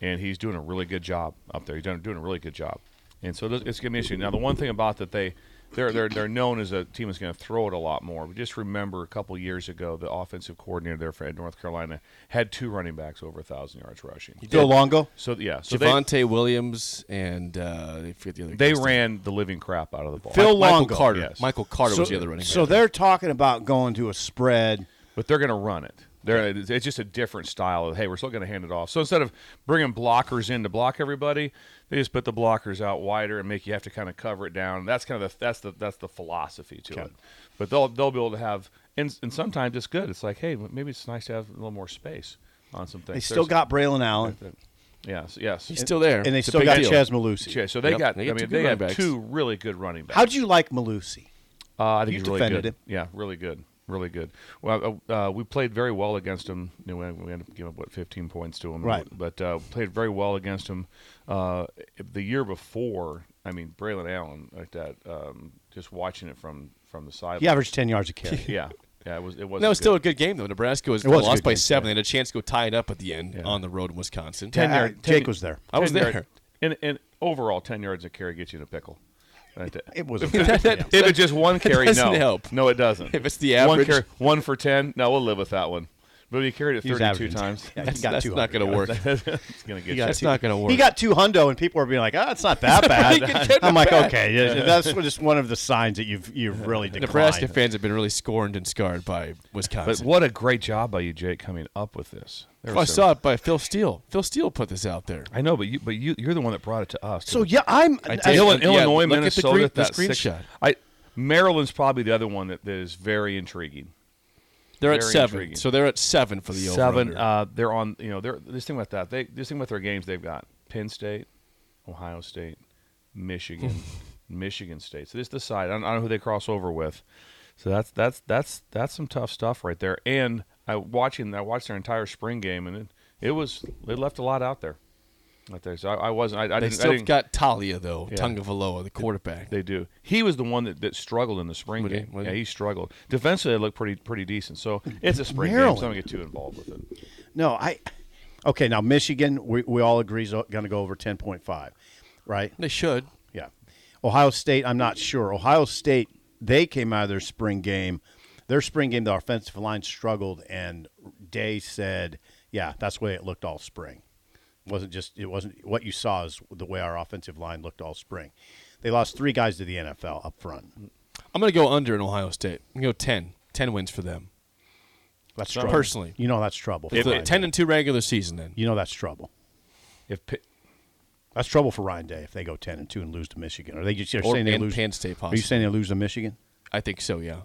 [SPEAKER 3] and he's doing a really good job up there. He's doing, doing a really good job, and so this, it's going to be interesting. Now, the one thing about that they. They're, they're, they're known as a team that's going to throw it a lot more. But just remember, a couple years ago, the offensive coordinator there for at North Carolina had two running backs over 1,000 yards rushing.
[SPEAKER 2] Joe Longo.
[SPEAKER 3] So, yeah. So they,
[SPEAKER 1] Javante Williams and uh, I forget the other.
[SPEAKER 3] they
[SPEAKER 1] guy's name.
[SPEAKER 3] ran the living crap out of the ball.
[SPEAKER 2] Phil
[SPEAKER 1] Michael
[SPEAKER 2] Longo.
[SPEAKER 1] Carter.
[SPEAKER 3] Yes.
[SPEAKER 1] Michael Carter
[SPEAKER 2] so,
[SPEAKER 1] was the other running.
[SPEAKER 2] so
[SPEAKER 1] back.
[SPEAKER 2] they're talking about going to a spread.
[SPEAKER 3] but they're going to run it. They're, it's just a different style of hey, we're still going to hand it off. So instead of bringing blockers in to block everybody, they just put the blockers out wider and make you have to kind of cover it down. That's kind of the that's the that's the philosophy to it. But they'll they'll be able to have and, and sometimes it's good. It's like hey, maybe it's nice to have a little more space on some things.
[SPEAKER 2] They still got Braylon Allen,
[SPEAKER 3] yes, yes.
[SPEAKER 1] He's still there,
[SPEAKER 2] and they
[SPEAKER 1] It's a
[SPEAKER 2] still
[SPEAKER 1] big
[SPEAKER 2] got
[SPEAKER 1] deal.
[SPEAKER 2] Ches Malusi.
[SPEAKER 3] Okay, so they
[SPEAKER 1] Yep,
[SPEAKER 3] got.
[SPEAKER 1] they
[SPEAKER 3] I
[SPEAKER 1] got two
[SPEAKER 3] mean,
[SPEAKER 1] good
[SPEAKER 3] they
[SPEAKER 1] running
[SPEAKER 3] have
[SPEAKER 1] backs.
[SPEAKER 3] two really good running backs.
[SPEAKER 2] How'd you like Malusi?
[SPEAKER 3] Uh, I think
[SPEAKER 2] You
[SPEAKER 3] he's really
[SPEAKER 2] defended
[SPEAKER 3] good.
[SPEAKER 2] him.
[SPEAKER 3] Yeah, really good. Really good. Well, uh, uh, we played very well against him. You know, we, we ended up giving up what 15 points to him.
[SPEAKER 2] Right.
[SPEAKER 3] But uh, played very well against him. Uh, the year before, I mean, Braylon Allen like that. Um, just watching it from from the sideline.
[SPEAKER 2] He averaged ten yards a carry.
[SPEAKER 3] Yeah. Yeah. uh, It was. It was.
[SPEAKER 1] No, it's still a good game though. Nebraska was,
[SPEAKER 2] It was a
[SPEAKER 1] lost
[SPEAKER 2] good
[SPEAKER 1] by
[SPEAKER 2] game,
[SPEAKER 1] seven. They had a chance to go tie it up at the end on the road in Wisconsin.
[SPEAKER 2] Yeah,
[SPEAKER 3] Ten yard-
[SPEAKER 2] Jake
[SPEAKER 3] ten-
[SPEAKER 2] was there.
[SPEAKER 1] I was
[SPEAKER 3] 10
[SPEAKER 1] there.
[SPEAKER 3] yard- and and overall, 10 yards a carry gets you in a pickle. Like that.
[SPEAKER 2] It was.
[SPEAKER 3] If it's just one carry,
[SPEAKER 1] doesn't
[SPEAKER 3] no.
[SPEAKER 1] help.
[SPEAKER 3] No, it doesn't.
[SPEAKER 1] If it's the
[SPEAKER 3] one
[SPEAKER 1] average-
[SPEAKER 3] carry, one for ten, no, we'll live with that one. But he carried it
[SPEAKER 2] He was
[SPEAKER 3] 32
[SPEAKER 2] averaging.
[SPEAKER 3] times.
[SPEAKER 2] Yeah, he
[SPEAKER 1] That's,
[SPEAKER 2] got
[SPEAKER 1] that's
[SPEAKER 2] 200.
[SPEAKER 1] not going to work.
[SPEAKER 3] That's gonna get you.
[SPEAKER 1] That's not going to work.
[SPEAKER 2] He got two hundo, and people are being like, "Ah, it's not that bad."
[SPEAKER 1] freaking
[SPEAKER 2] I'm like, "Okay, yeah, that's just one of the signs that you've you've really declined."
[SPEAKER 1] Nebraska fans have been really scorned and scarred by
[SPEAKER 3] But
[SPEAKER 1] Wisconsin.
[SPEAKER 3] what a great job by you, Jake, coming up with this. There
[SPEAKER 1] I
[SPEAKER 3] was some-
[SPEAKER 1] saw it by Phil Steele. Phil Steele put this out there.
[SPEAKER 3] I know, but you, but you, you're the one that brought it to us.
[SPEAKER 2] So yeah, I'm.
[SPEAKER 1] I did.
[SPEAKER 3] Illi-
[SPEAKER 1] Yeah,
[SPEAKER 3] Illinois,
[SPEAKER 1] look at the
[SPEAKER 3] Minnesota.
[SPEAKER 1] green- the
[SPEAKER 3] that six-
[SPEAKER 1] screenshot.
[SPEAKER 3] I Maryland's probably the other one that, that is very intriguing.
[SPEAKER 1] They're at
[SPEAKER 3] Very
[SPEAKER 1] seven,
[SPEAKER 3] intriguing.
[SPEAKER 1] so they're at seven for the
[SPEAKER 3] Seven.
[SPEAKER 1] over-under.
[SPEAKER 3] Uh, they're on. You know, they're this thing about that. They this thing about their games. They've got Penn State, Ohio State, Michigan, Michigan State. So this is the side. I don't, I don't know who they cross over with. So that's that's that's that's some tough stuff right there. And I watching I watched their entire spring game, and it, it was they left a lot out there. Out there. So I, I wasn't. I, I
[SPEAKER 1] they
[SPEAKER 3] didn't. I
[SPEAKER 1] still
[SPEAKER 3] didn't-
[SPEAKER 1] got Talia though,
[SPEAKER 3] Yeah.
[SPEAKER 1] Tungavaloa, the quarterback.
[SPEAKER 3] They do. He was the one that, that struggled in the spring
[SPEAKER 1] Was he?
[SPEAKER 3] game.
[SPEAKER 1] Was
[SPEAKER 3] yeah,
[SPEAKER 1] he?
[SPEAKER 3] he struggled. Defensively, they looked pretty pretty decent. So it's a spring game.
[SPEAKER 2] Maryland.
[SPEAKER 3] So don't get too involved with it.
[SPEAKER 2] No, I. Okay, now Michigan, we, we all agree is going to go over ten point five, right?
[SPEAKER 1] They should.
[SPEAKER 2] Yeah. Ohio State, I'm not sure. Ohio State, they came out of their spring game. Their spring game, the offensive line struggled, and Day said, "Yeah, that's the way it looked all spring. It wasn't just it wasn't what you saw is the way our offensive line looked all spring. They lost three guys to the NFL up front.
[SPEAKER 1] I'm going to go under in Ohio State. I'm going to go 10. 10 wins for them.
[SPEAKER 2] That's
[SPEAKER 1] So
[SPEAKER 2] trouble.
[SPEAKER 1] personally.
[SPEAKER 2] you know that's trouble. For
[SPEAKER 1] So
[SPEAKER 2] Ryan
[SPEAKER 1] 10
[SPEAKER 2] Day.
[SPEAKER 1] and 2 regular season then.
[SPEAKER 2] you know that's trouble.
[SPEAKER 3] If Pitt,
[SPEAKER 2] That's trouble for Ryan Day if they go ten and two and lose to Michigan. Are they just you're
[SPEAKER 1] Or-
[SPEAKER 2] saying they
[SPEAKER 1] and
[SPEAKER 2] lose?
[SPEAKER 1] Penn State,
[SPEAKER 2] are you saying they lose to Michigan?
[SPEAKER 1] I think so, yeah.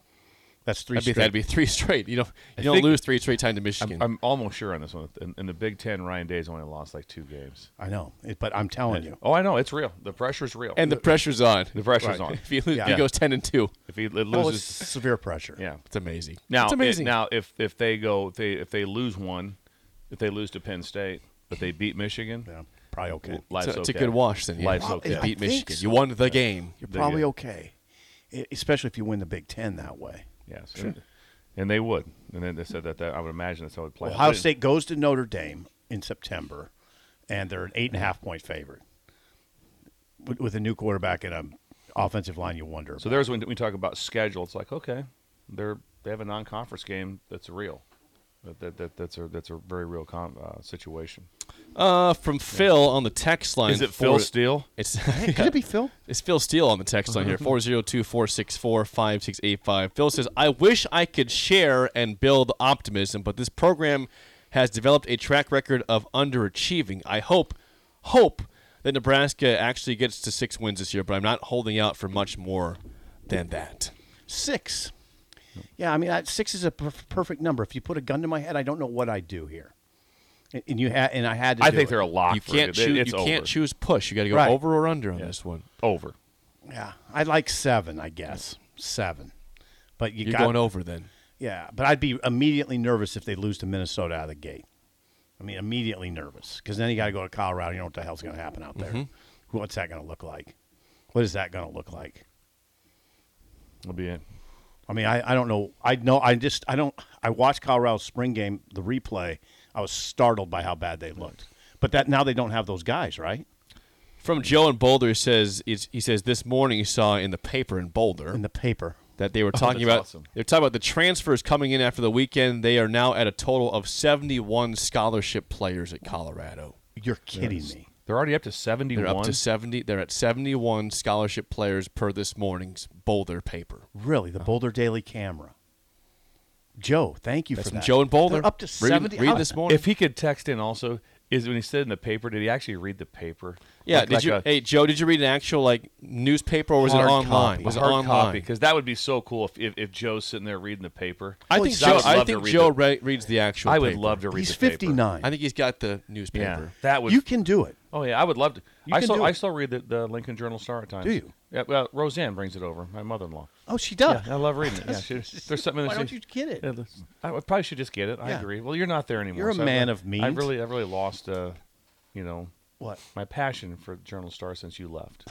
[SPEAKER 2] That's 3
[SPEAKER 1] That'd be,
[SPEAKER 2] straight.
[SPEAKER 1] that'd be three straight. You don't, you don't
[SPEAKER 3] think-
[SPEAKER 1] lose three straight time to Michigan.
[SPEAKER 3] I'm, I'm almost sure on this one. In, in the Big Ten, Ryan Day's only lost like two games.
[SPEAKER 2] I know, it- but I'm telling you,
[SPEAKER 3] Oh, I know. It's real. The pressure's real.
[SPEAKER 1] and the pressure's on.
[SPEAKER 3] the pressure's
[SPEAKER 2] Right.
[SPEAKER 3] on.
[SPEAKER 1] If he, lo- if he
[SPEAKER 2] Yeah.
[SPEAKER 1] goes 10 and 2,
[SPEAKER 3] If he loses,
[SPEAKER 2] oh, it's severe pressure.
[SPEAKER 3] yeah.
[SPEAKER 1] it's amazing.
[SPEAKER 3] Now,
[SPEAKER 1] it's
[SPEAKER 3] it-
[SPEAKER 1] amazing.
[SPEAKER 3] now, if if they go, if they if they lose one, if they lose to Penn State, but they beat Michigan,
[SPEAKER 2] Yeah, probably okay.
[SPEAKER 3] life's
[SPEAKER 1] so it's a
[SPEAKER 3] okay.
[SPEAKER 1] good wash then. Yeah.
[SPEAKER 3] Life's
[SPEAKER 2] Well,
[SPEAKER 3] okay.
[SPEAKER 1] You
[SPEAKER 2] I
[SPEAKER 1] beat
[SPEAKER 2] think
[SPEAKER 1] Michigan.
[SPEAKER 2] so.
[SPEAKER 1] You won the game.
[SPEAKER 2] You're probably
[SPEAKER 3] yeah.
[SPEAKER 2] okay, E- especially if you win the Big Ten that way.
[SPEAKER 3] Yes. And, and they would. And then they said that, that I would imagine that's how it played.
[SPEAKER 2] Ohio State goes to Notre Dame in September, and they're an eight and a half point favorite with, with a new quarterback and an offensive line. You wonder.
[SPEAKER 3] So
[SPEAKER 2] about.
[SPEAKER 3] there's when we talk about schedule. It's like okay, they're they have a non-conference game that's real. That, that, that that's a that's a very real com, uh, situation.
[SPEAKER 1] Uh, from Phil on the text line.
[SPEAKER 3] Is it
[SPEAKER 1] for-
[SPEAKER 3] Phil Steele?
[SPEAKER 1] It's
[SPEAKER 2] could it be Phil? Uh-huh.
[SPEAKER 1] It's Phil Steele on the text line here 402 464 5685. Phil says, I wish I could share and build optimism, but this program has developed a track record of underachieving. I hope, hope that Nebraska actually gets to six wins this year, but I'm not holding out for much more than that.
[SPEAKER 2] Six. Yeah, I mean that six is a per- perfect number. If you put a gun to my head, I don't know what I'd do here. And, and you had, and I had. To
[SPEAKER 3] I
[SPEAKER 2] do
[SPEAKER 3] think
[SPEAKER 2] it.
[SPEAKER 3] they're a lock.
[SPEAKER 1] You
[SPEAKER 3] for
[SPEAKER 1] can't
[SPEAKER 3] it. It-
[SPEAKER 1] choose.
[SPEAKER 3] It's
[SPEAKER 1] You
[SPEAKER 3] over.
[SPEAKER 1] can't choose push. You got to go
[SPEAKER 2] Right.
[SPEAKER 1] over or under on this one.
[SPEAKER 3] over.
[SPEAKER 2] Yeah, I like seven. I guess seven. But you
[SPEAKER 1] You're
[SPEAKER 2] got
[SPEAKER 1] going over then.
[SPEAKER 2] Yeah, but I'd be immediately nervous if they lose to Minnesota out of the gate. I mean, immediately nervous because then you got to go to Colorado. You know what the hell's going to happen out there?
[SPEAKER 1] Mm-hmm.
[SPEAKER 2] What's that going to look like? What is that going to look like?
[SPEAKER 3] That'll be it.
[SPEAKER 2] I mean, I, I don't know. I know. I just I don't. I watched Colorado's spring game, the replay. I was startled by how bad they looked. But that now they don't have those guys, right?
[SPEAKER 1] From Joe in Boulder he says it's- he says this morning he saw in the paper in Boulder
[SPEAKER 2] In the paper.
[SPEAKER 1] that they were talking
[SPEAKER 3] Oh, that's
[SPEAKER 1] about.
[SPEAKER 3] awesome.
[SPEAKER 1] They're talking about the transfers coming in after the weekend. They are now at a total of 71 scholarship players at Colorado.
[SPEAKER 2] You're kidding me.
[SPEAKER 3] They're already up to seventy-one.
[SPEAKER 1] They're up to 70. They're at 71 scholarship players per this morning's Boulder paper.
[SPEAKER 2] Really,
[SPEAKER 1] Uh-huh.
[SPEAKER 2] the Boulder Daily Camera. Joe, thank you
[SPEAKER 1] That's
[SPEAKER 2] for
[SPEAKER 1] from
[SPEAKER 2] that.
[SPEAKER 1] Joe in Boulder.
[SPEAKER 2] They're up to
[SPEAKER 1] Read-
[SPEAKER 2] seventy.
[SPEAKER 1] Read,
[SPEAKER 2] how-
[SPEAKER 1] this morning.
[SPEAKER 3] if he could text in also, is when he said in the paper, did he actually read the paper?
[SPEAKER 1] yeah,
[SPEAKER 3] Like-
[SPEAKER 1] did
[SPEAKER 3] like
[SPEAKER 1] you?
[SPEAKER 3] a
[SPEAKER 1] hey, Joe, did you read an actual like newspaper or was it
[SPEAKER 2] Hard
[SPEAKER 1] online?
[SPEAKER 2] copy.
[SPEAKER 1] Was it
[SPEAKER 3] hard
[SPEAKER 1] online?
[SPEAKER 3] copy? Because that would be so cool if, if, if Joe's sitting there reading the paper.
[SPEAKER 1] I
[SPEAKER 2] Well,
[SPEAKER 1] think
[SPEAKER 2] he's- I
[SPEAKER 1] Joe.
[SPEAKER 2] would
[SPEAKER 1] I,
[SPEAKER 3] love to
[SPEAKER 1] think
[SPEAKER 3] read
[SPEAKER 1] Joe
[SPEAKER 3] the-
[SPEAKER 1] re- reads the actual.
[SPEAKER 3] I would
[SPEAKER 1] paper.
[SPEAKER 3] love to read.
[SPEAKER 2] He's
[SPEAKER 3] the paper.
[SPEAKER 2] 59.
[SPEAKER 1] I think he's got the newspaper.
[SPEAKER 3] Yeah, that would
[SPEAKER 2] you can do it.
[SPEAKER 3] Oh yeah, I would love to.
[SPEAKER 2] You
[SPEAKER 3] I
[SPEAKER 2] can
[SPEAKER 3] still
[SPEAKER 2] do
[SPEAKER 3] I
[SPEAKER 2] it.
[SPEAKER 3] still read the, the Lincoln Journal Star at times.
[SPEAKER 2] Do you?
[SPEAKER 3] Yeah, well, Roseanne brings it over. My mother-in-law.
[SPEAKER 2] Oh, she does.
[SPEAKER 3] I love reading it. Yeah, she, there's something.
[SPEAKER 2] Why
[SPEAKER 3] that
[SPEAKER 2] don't
[SPEAKER 3] she-
[SPEAKER 2] you get it?
[SPEAKER 3] Yeah, that's- I would- probably should just get it. I
[SPEAKER 2] Yeah.
[SPEAKER 3] agree. Well, you're not there anymore.
[SPEAKER 2] You're a
[SPEAKER 3] I've
[SPEAKER 2] man
[SPEAKER 3] re-
[SPEAKER 2] of means.
[SPEAKER 3] I really, I really lost, uh, you know,
[SPEAKER 2] What?
[SPEAKER 3] my passion for Journal Star since you left.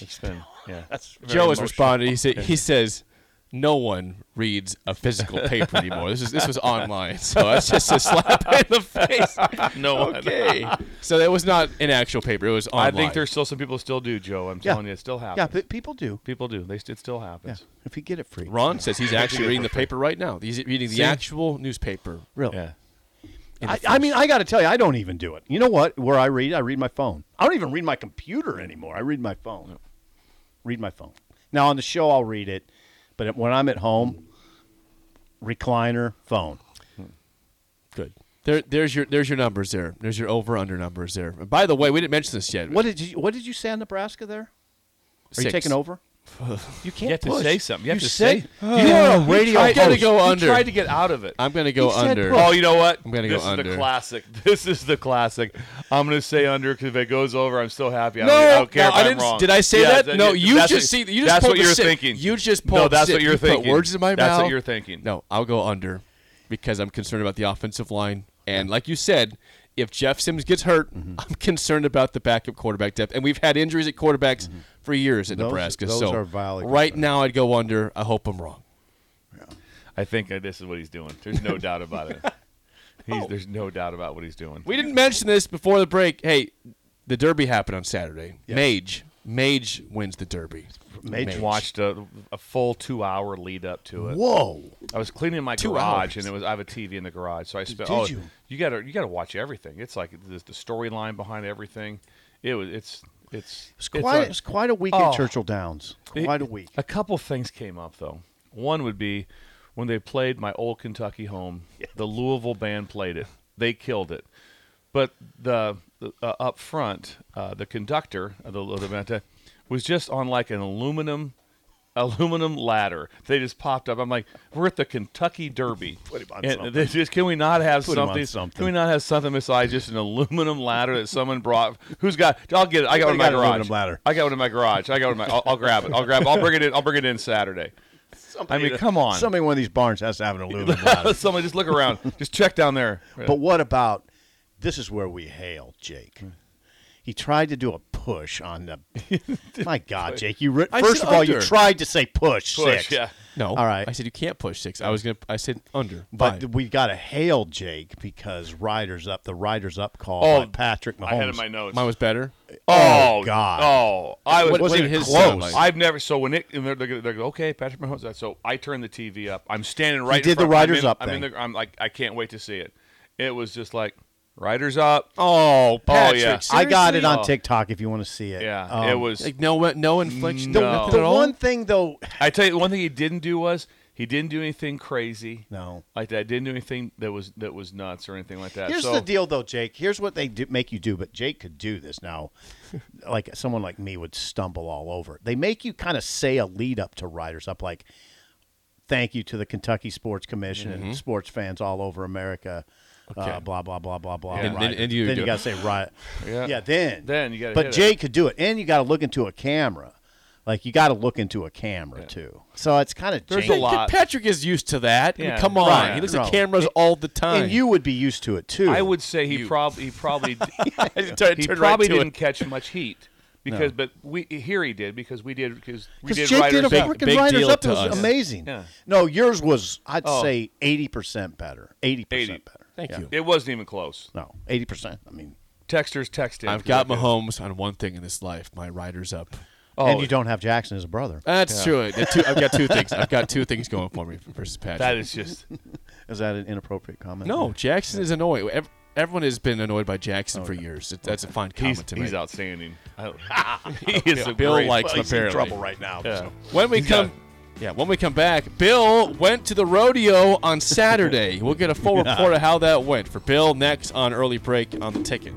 [SPEAKER 3] It's been yeah.
[SPEAKER 2] That's
[SPEAKER 1] Joe has responded. He said, "He says no one reads a physical paper anymore. This is this was online, so that's just a slap in the face.
[SPEAKER 3] No one.
[SPEAKER 1] Okay, so that was not an actual paper; it was
[SPEAKER 7] I
[SPEAKER 1] online.
[SPEAKER 7] think there's still some people still do, Joe. I'm
[SPEAKER 2] Yeah.
[SPEAKER 7] telling you, it still happens.
[SPEAKER 2] Yeah, but people do.
[SPEAKER 7] people do. They it still
[SPEAKER 2] Yeah,
[SPEAKER 7] happens.
[SPEAKER 2] if you get it free.
[SPEAKER 1] Ron says he's actually reading the paper right now. He's reading the actual newspaper.
[SPEAKER 2] Really?
[SPEAKER 7] Yeah.
[SPEAKER 2] I, I mean, I got to tell you, I don't even do it. You know what? Where I read, I read my phone. I don't even read my computer anymore. I read my phone. Read my phone. Now on the show, I'll read it, but when I'm at home, recliner, phone.
[SPEAKER 1] Good. There, there's your there's your numbers there. There's your over under numbers there. And by the way, we didn't mention this yet.
[SPEAKER 2] What did you What did you say on Nebraska? There, are you
[SPEAKER 1] Six.
[SPEAKER 2] taking over? You can't
[SPEAKER 7] You have to
[SPEAKER 2] push.
[SPEAKER 7] say something. You have to
[SPEAKER 2] said-
[SPEAKER 7] say.
[SPEAKER 2] You are a radio.
[SPEAKER 1] tried- gotta
[SPEAKER 2] host.
[SPEAKER 1] go
[SPEAKER 7] You
[SPEAKER 1] under.
[SPEAKER 7] tried to get out of it.
[SPEAKER 1] I'm gonna go
[SPEAKER 2] He said
[SPEAKER 1] under.
[SPEAKER 2] push.
[SPEAKER 3] Oh, you know what?
[SPEAKER 1] I'm gonna go
[SPEAKER 3] this is
[SPEAKER 1] under.
[SPEAKER 3] the classic. This is the classic. I'm gonna say under because if it goes over, I'm still happy. I
[SPEAKER 1] No,
[SPEAKER 3] don't, I don't care
[SPEAKER 1] no,
[SPEAKER 3] if
[SPEAKER 1] I
[SPEAKER 3] I'm
[SPEAKER 1] didn't.
[SPEAKER 3] wrong.
[SPEAKER 1] Did I say
[SPEAKER 3] Yeah,
[SPEAKER 1] that? No, you
[SPEAKER 3] that's
[SPEAKER 1] just
[SPEAKER 3] what-
[SPEAKER 1] see. You just
[SPEAKER 3] that's
[SPEAKER 1] pulled
[SPEAKER 3] what
[SPEAKER 1] the
[SPEAKER 3] you're
[SPEAKER 1] sip.
[SPEAKER 3] thinking.
[SPEAKER 1] You just pulled.
[SPEAKER 3] No, that's
[SPEAKER 1] sip.
[SPEAKER 3] what you're
[SPEAKER 1] You
[SPEAKER 3] thinking.
[SPEAKER 1] Put words in my mouth.
[SPEAKER 3] That's what you're thinking.
[SPEAKER 1] No, I'll go under because I'm concerned about the offensive line. And like you said, if Jeff Sims gets hurt,
[SPEAKER 2] Mm-hmm.
[SPEAKER 1] I'm concerned about the backup quarterback depth. And we've had injuries at quarterbacks for years in
[SPEAKER 2] Mm-hmm. Those-
[SPEAKER 1] Nebraska.
[SPEAKER 2] those
[SPEAKER 1] so
[SPEAKER 2] are valid
[SPEAKER 1] right
[SPEAKER 2] concerns.
[SPEAKER 1] now, I'd go under. I hope I'm wrong.
[SPEAKER 3] I think uh, this is what he's doing. There's no doubt about it. He's,
[SPEAKER 1] Oh.
[SPEAKER 3] There's no doubt about what he's doing.
[SPEAKER 1] We didn't mention this before the break. Hey, the Derby happened on Saturday. Mage. Mage wins the Derby.
[SPEAKER 2] Mage
[SPEAKER 3] watched a, a full two hour lead up to it.
[SPEAKER 2] Whoa!
[SPEAKER 3] I was cleaning my
[SPEAKER 1] Two
[SPEAKER 3] garage,
[SPEAKER 1] hours.
[SPEAKER 3] and it was I have a TV in the garage, so I spent.
[SPEAKER 2] Did
[SPEAKER 3] oh,
[SPEAKER 2] you?
[SPEAKER 3] gotta you gotta watch everything. It's like the, the storyline behind everything. It was it's it's
[SPEAKER 2] It's
[SPEAKER 3] it's
[SPEAKER 2] quite
[SPEAKER 3] like-
[SPEAKER 2] It's quite a week at
[SPEAKER 3] Oh.
[SPEAKER 2] Churchill Downs.
[SPEAKER 3] it-
[SPEAKER 2] Quite a week.
[SPEAKER 3] A couple things came up though. One would be when they played my old Kentucky home. The Louisville band played it. They killed it. But the, the uh, up front, uh, the conductor of the of the band uh, was just on like an aluminum aluminum ladder. They just popped up. I'm like, we're at the Kentucky Derby.
[SPEAKER 2] Put him on
[SPEAKER 3] And
[SPEAKER 2] something.
[SPEAKER 3] they just can we not have
[SPEAKER 2] Put him on
[SPEAKER 3] something,
[SPEAKER 2] something.
[SPEAKER 3] Can we not have something besides just an aluminum ladder that someone brought? Who's got? I'll get it. I got one in my
[SPEAKER 2] They got an
[SPEAKER 3] garage.
[SPEAKER 2] aluminum ladder.
[SPEAKER 3] I got one in my garage. I got one in my. I'll, I'll grab it. I'll grab. It. I'll bring it in. I'll bring it in Saturday. I mean, come on.
[SPEAKER 2] Somebody in one of these barns has to have an aluminum ladder.
[SPEAKER 3] Somebody just look around. Just check down there.
[SPEAKER 2] But what about this is where we hail Jake. He tried to do a push on the. my God, Jake! You re-
[SPEAKER 1] I
[SPEAKER 2] first
[SPEAKER 1] said
[SPEAKER 2] of all you
[SPEAKER 1] under.
[SPEAKER 2] tried to say push,
[SPEAKER 3] Push,
[SPEAKER 2] six,
[SPEAKER 3] yeah.
[SPEAKER 1] No.
[SPEAKER 2] All right.
[SPEAKER 1] I said you can't push six. I was gonna. I said under.
[SPEAKER 2] but
[SPEAKER 1] Fine.
[SPEAKER 2] we got to hail Jake because riders up the riders up call by
[SPEAKER 3] Oh,
[SPEAKER 2] Patrick Mahomes.
[SPEAKER 3] I had in my notes.
[SPEAKER 1] mine was better.
[SPEAKER 3] oh
[SPEAKER 2] Oh, God.
[SPEAKER 3] Oh, I was.
[SPEAKER 1] What-
[SPEAKER 2] wasn't
[SPEAKER 1] what did
[SPEAKER 2] even
[SPEAKER 1] his
[SPEAKER 2] close.
[SPEAKER 1] sound like?
[SPEAKER 3] I've never. So when it, and they're, they're, they're okay, Patrick Mahomes. So I turn the TV up. I'm standing right.
[SPEAKER 2] did
[SPEAKER 3] in
[SPEAKER 2] the
[SPEAKER 3] front. I'm
[SPEAKER 2] Riders
[SPEAKER 3] in-
[SPEAKER 2] Up
[SPEAKER 3] I'm in
[SPEAKER 2] thing.
[SPEAKER 3] the. I'm like, I can't wait to see it. It was just like, riders up.
[SPEAKER 1] Oh,
[SPEAKER 3] Patrick,
[SPEAKER 2] I got it on
[SPEAKER 3] Oh.
[SPEAKER 2] TikTok if you want to see it.
[SPEAKER 3] Yeah,
[SPEAKER 2] Um,
[SPEAKER 3] it was. oh.
[SPEAKER 1] Like no, no inflection,
[SPEAKER 3] No.
[SPEAKER 1] no. nothing
[SPEAKER 2] the
[SPEAKER 1] at all.
[SPEAKER 2] one thing though.
[SPEAKER 3] I tell you, one thing he didn't do was he didn't do anything crazy.
[SPEAKER 2] No.
[SPEAKER 3] like that. Didn't do anything that was that was nuts or anything like that.
[SPEAKER 2] Here's
[SPEAKER 3] so,
[SPEAKER 2] the deal, though, Jake. Here's what they do, make you do, but Jake could do this now. like someone like me would stumble all over. it. They make you kind of say a lead up to riders up, like "Thank you to the Kentucky Sports Commission
[SPEAKER 3] Mm-hmm.
[SPEAKER 2] and sports fans all over America." Uh,
[SPEAKER 1] Okay.
[SPEAKER 2] blah blah blah blah blah.
[SPEAKER 1] And then-
[SPEAKER 2] Riders.
[SPEAKER 1] and you
[SPEAKER 2] then
[SPEAKER 1] do
[SPEAKER 2] you
[SPEAKER 1] it.
[SPEAKER 2] gotta say riot.
[SPEAKER 3] Yeah.
[SPEAKER 2] yeah, then
[SPEAKER 3] Then you gotta
[SPEAKER 2] But
[SPEAKER 3] hit it.
[SPEAKER 2] Jake could do it, and you gotta look into a camera. Like you gotta look into a camera too. So it's kind of
[SPEAKER 3] There's a
[SPEAKER 1] But
[SPEAKER 3] lot.
[SPEAKER 1] Patrick is used to that. I mean,
[SPEAKER 3] Yeah.
[SPEAKER 1] come on,
[SPEAKER 3] Right.
[SPEAKER 1] he looks
[SPEAKER 2] No.
[SPEAKER 1] at cameras all the time.
[SPEAKER 2] And you would be used to it too.
[SPEAKER 3] I would say he probably he probably
[SPEAKER 1] he turned
[SPEAKER 3] he
[SPEAKER 1] right
[SPEAKER 3] probably
[SPEAKER 1] to
[SPEAKER 3] didn't
[SPEAKER 1] it.
[SPEAKER 3] catch much heat because but we here he did because we did because we
[SPEAKER 2] Because
[SPEAKER 3] did
[SPEAKER 2] Jake
[SPEAKER 3] riders
[SPEAKER 2] did a
[SPEAKER 3] up.
[SPEAKER 2] freaking
[SPEAKER 1] big
[SPEAKER 2] Riders
[SPEAKER 1] deal
[SPEAKER 2] Up. It
[SPEAKER 1] to
[SPEAKER 2] was
[SPEAKER 1] us.
[SPEAKER 2] amazing.
[SPEAKER 3] Yeah.
[SPEAKER 2] No, yours was, I'd
[SPEAKER 3] Oh.
[SPEAKER 2] say, 80% better. 80%,
[SPEAKER 3] 80.
[SPEAKER 2] better.
[SPEAKER 1] Thank
[SPEAKER 2] Yeah.
[SPEAKER 1] you.
[SPEAKER 3] It wasn't even close.
[SPEAKER 2] No, 80%. I mean,
[SPEAKER 3] Texters Oh, texted.
[SPEAKER 1] I've got Mahomes on one thing in this life. My rider's up.
[SPEAKER 3] Oh.
[SPEAKER 2] and you don't have Jackson as a brother.
[SPEAKER 1] That's true. The two- I've got two things. I've got two things going for me versus Patrick.
[SPEAKER 3] That is just
[SPEAKER 2] Is that an inappropriate comment?
[SPEAKER 1] no. Jackson is annoyed. Ev- Everyone has been annoyed by Jackson for years. It- That's a fine comment
[SPEAKER 3] he's,
[SPEAKER 1] to make.
[SPEAKER 3] he's outstanding. I- he is a
[SPEAKER 1] Bill
[SPEAKER 3] great-
[SPEAKER 1] likes him
[SPEAKER 2] He's in
[SPEAKER 1] apparently.
[SPEAKER 2] trouble right now.
[SPEAKER 3] Yeah.
[SPEAKER 2] so.
[SPEAKER 1] When we come, yeah, when we come back, Bill went to the rodeo on Saturday. we'll get a full report of how that went for Bill next on early break on the ticket.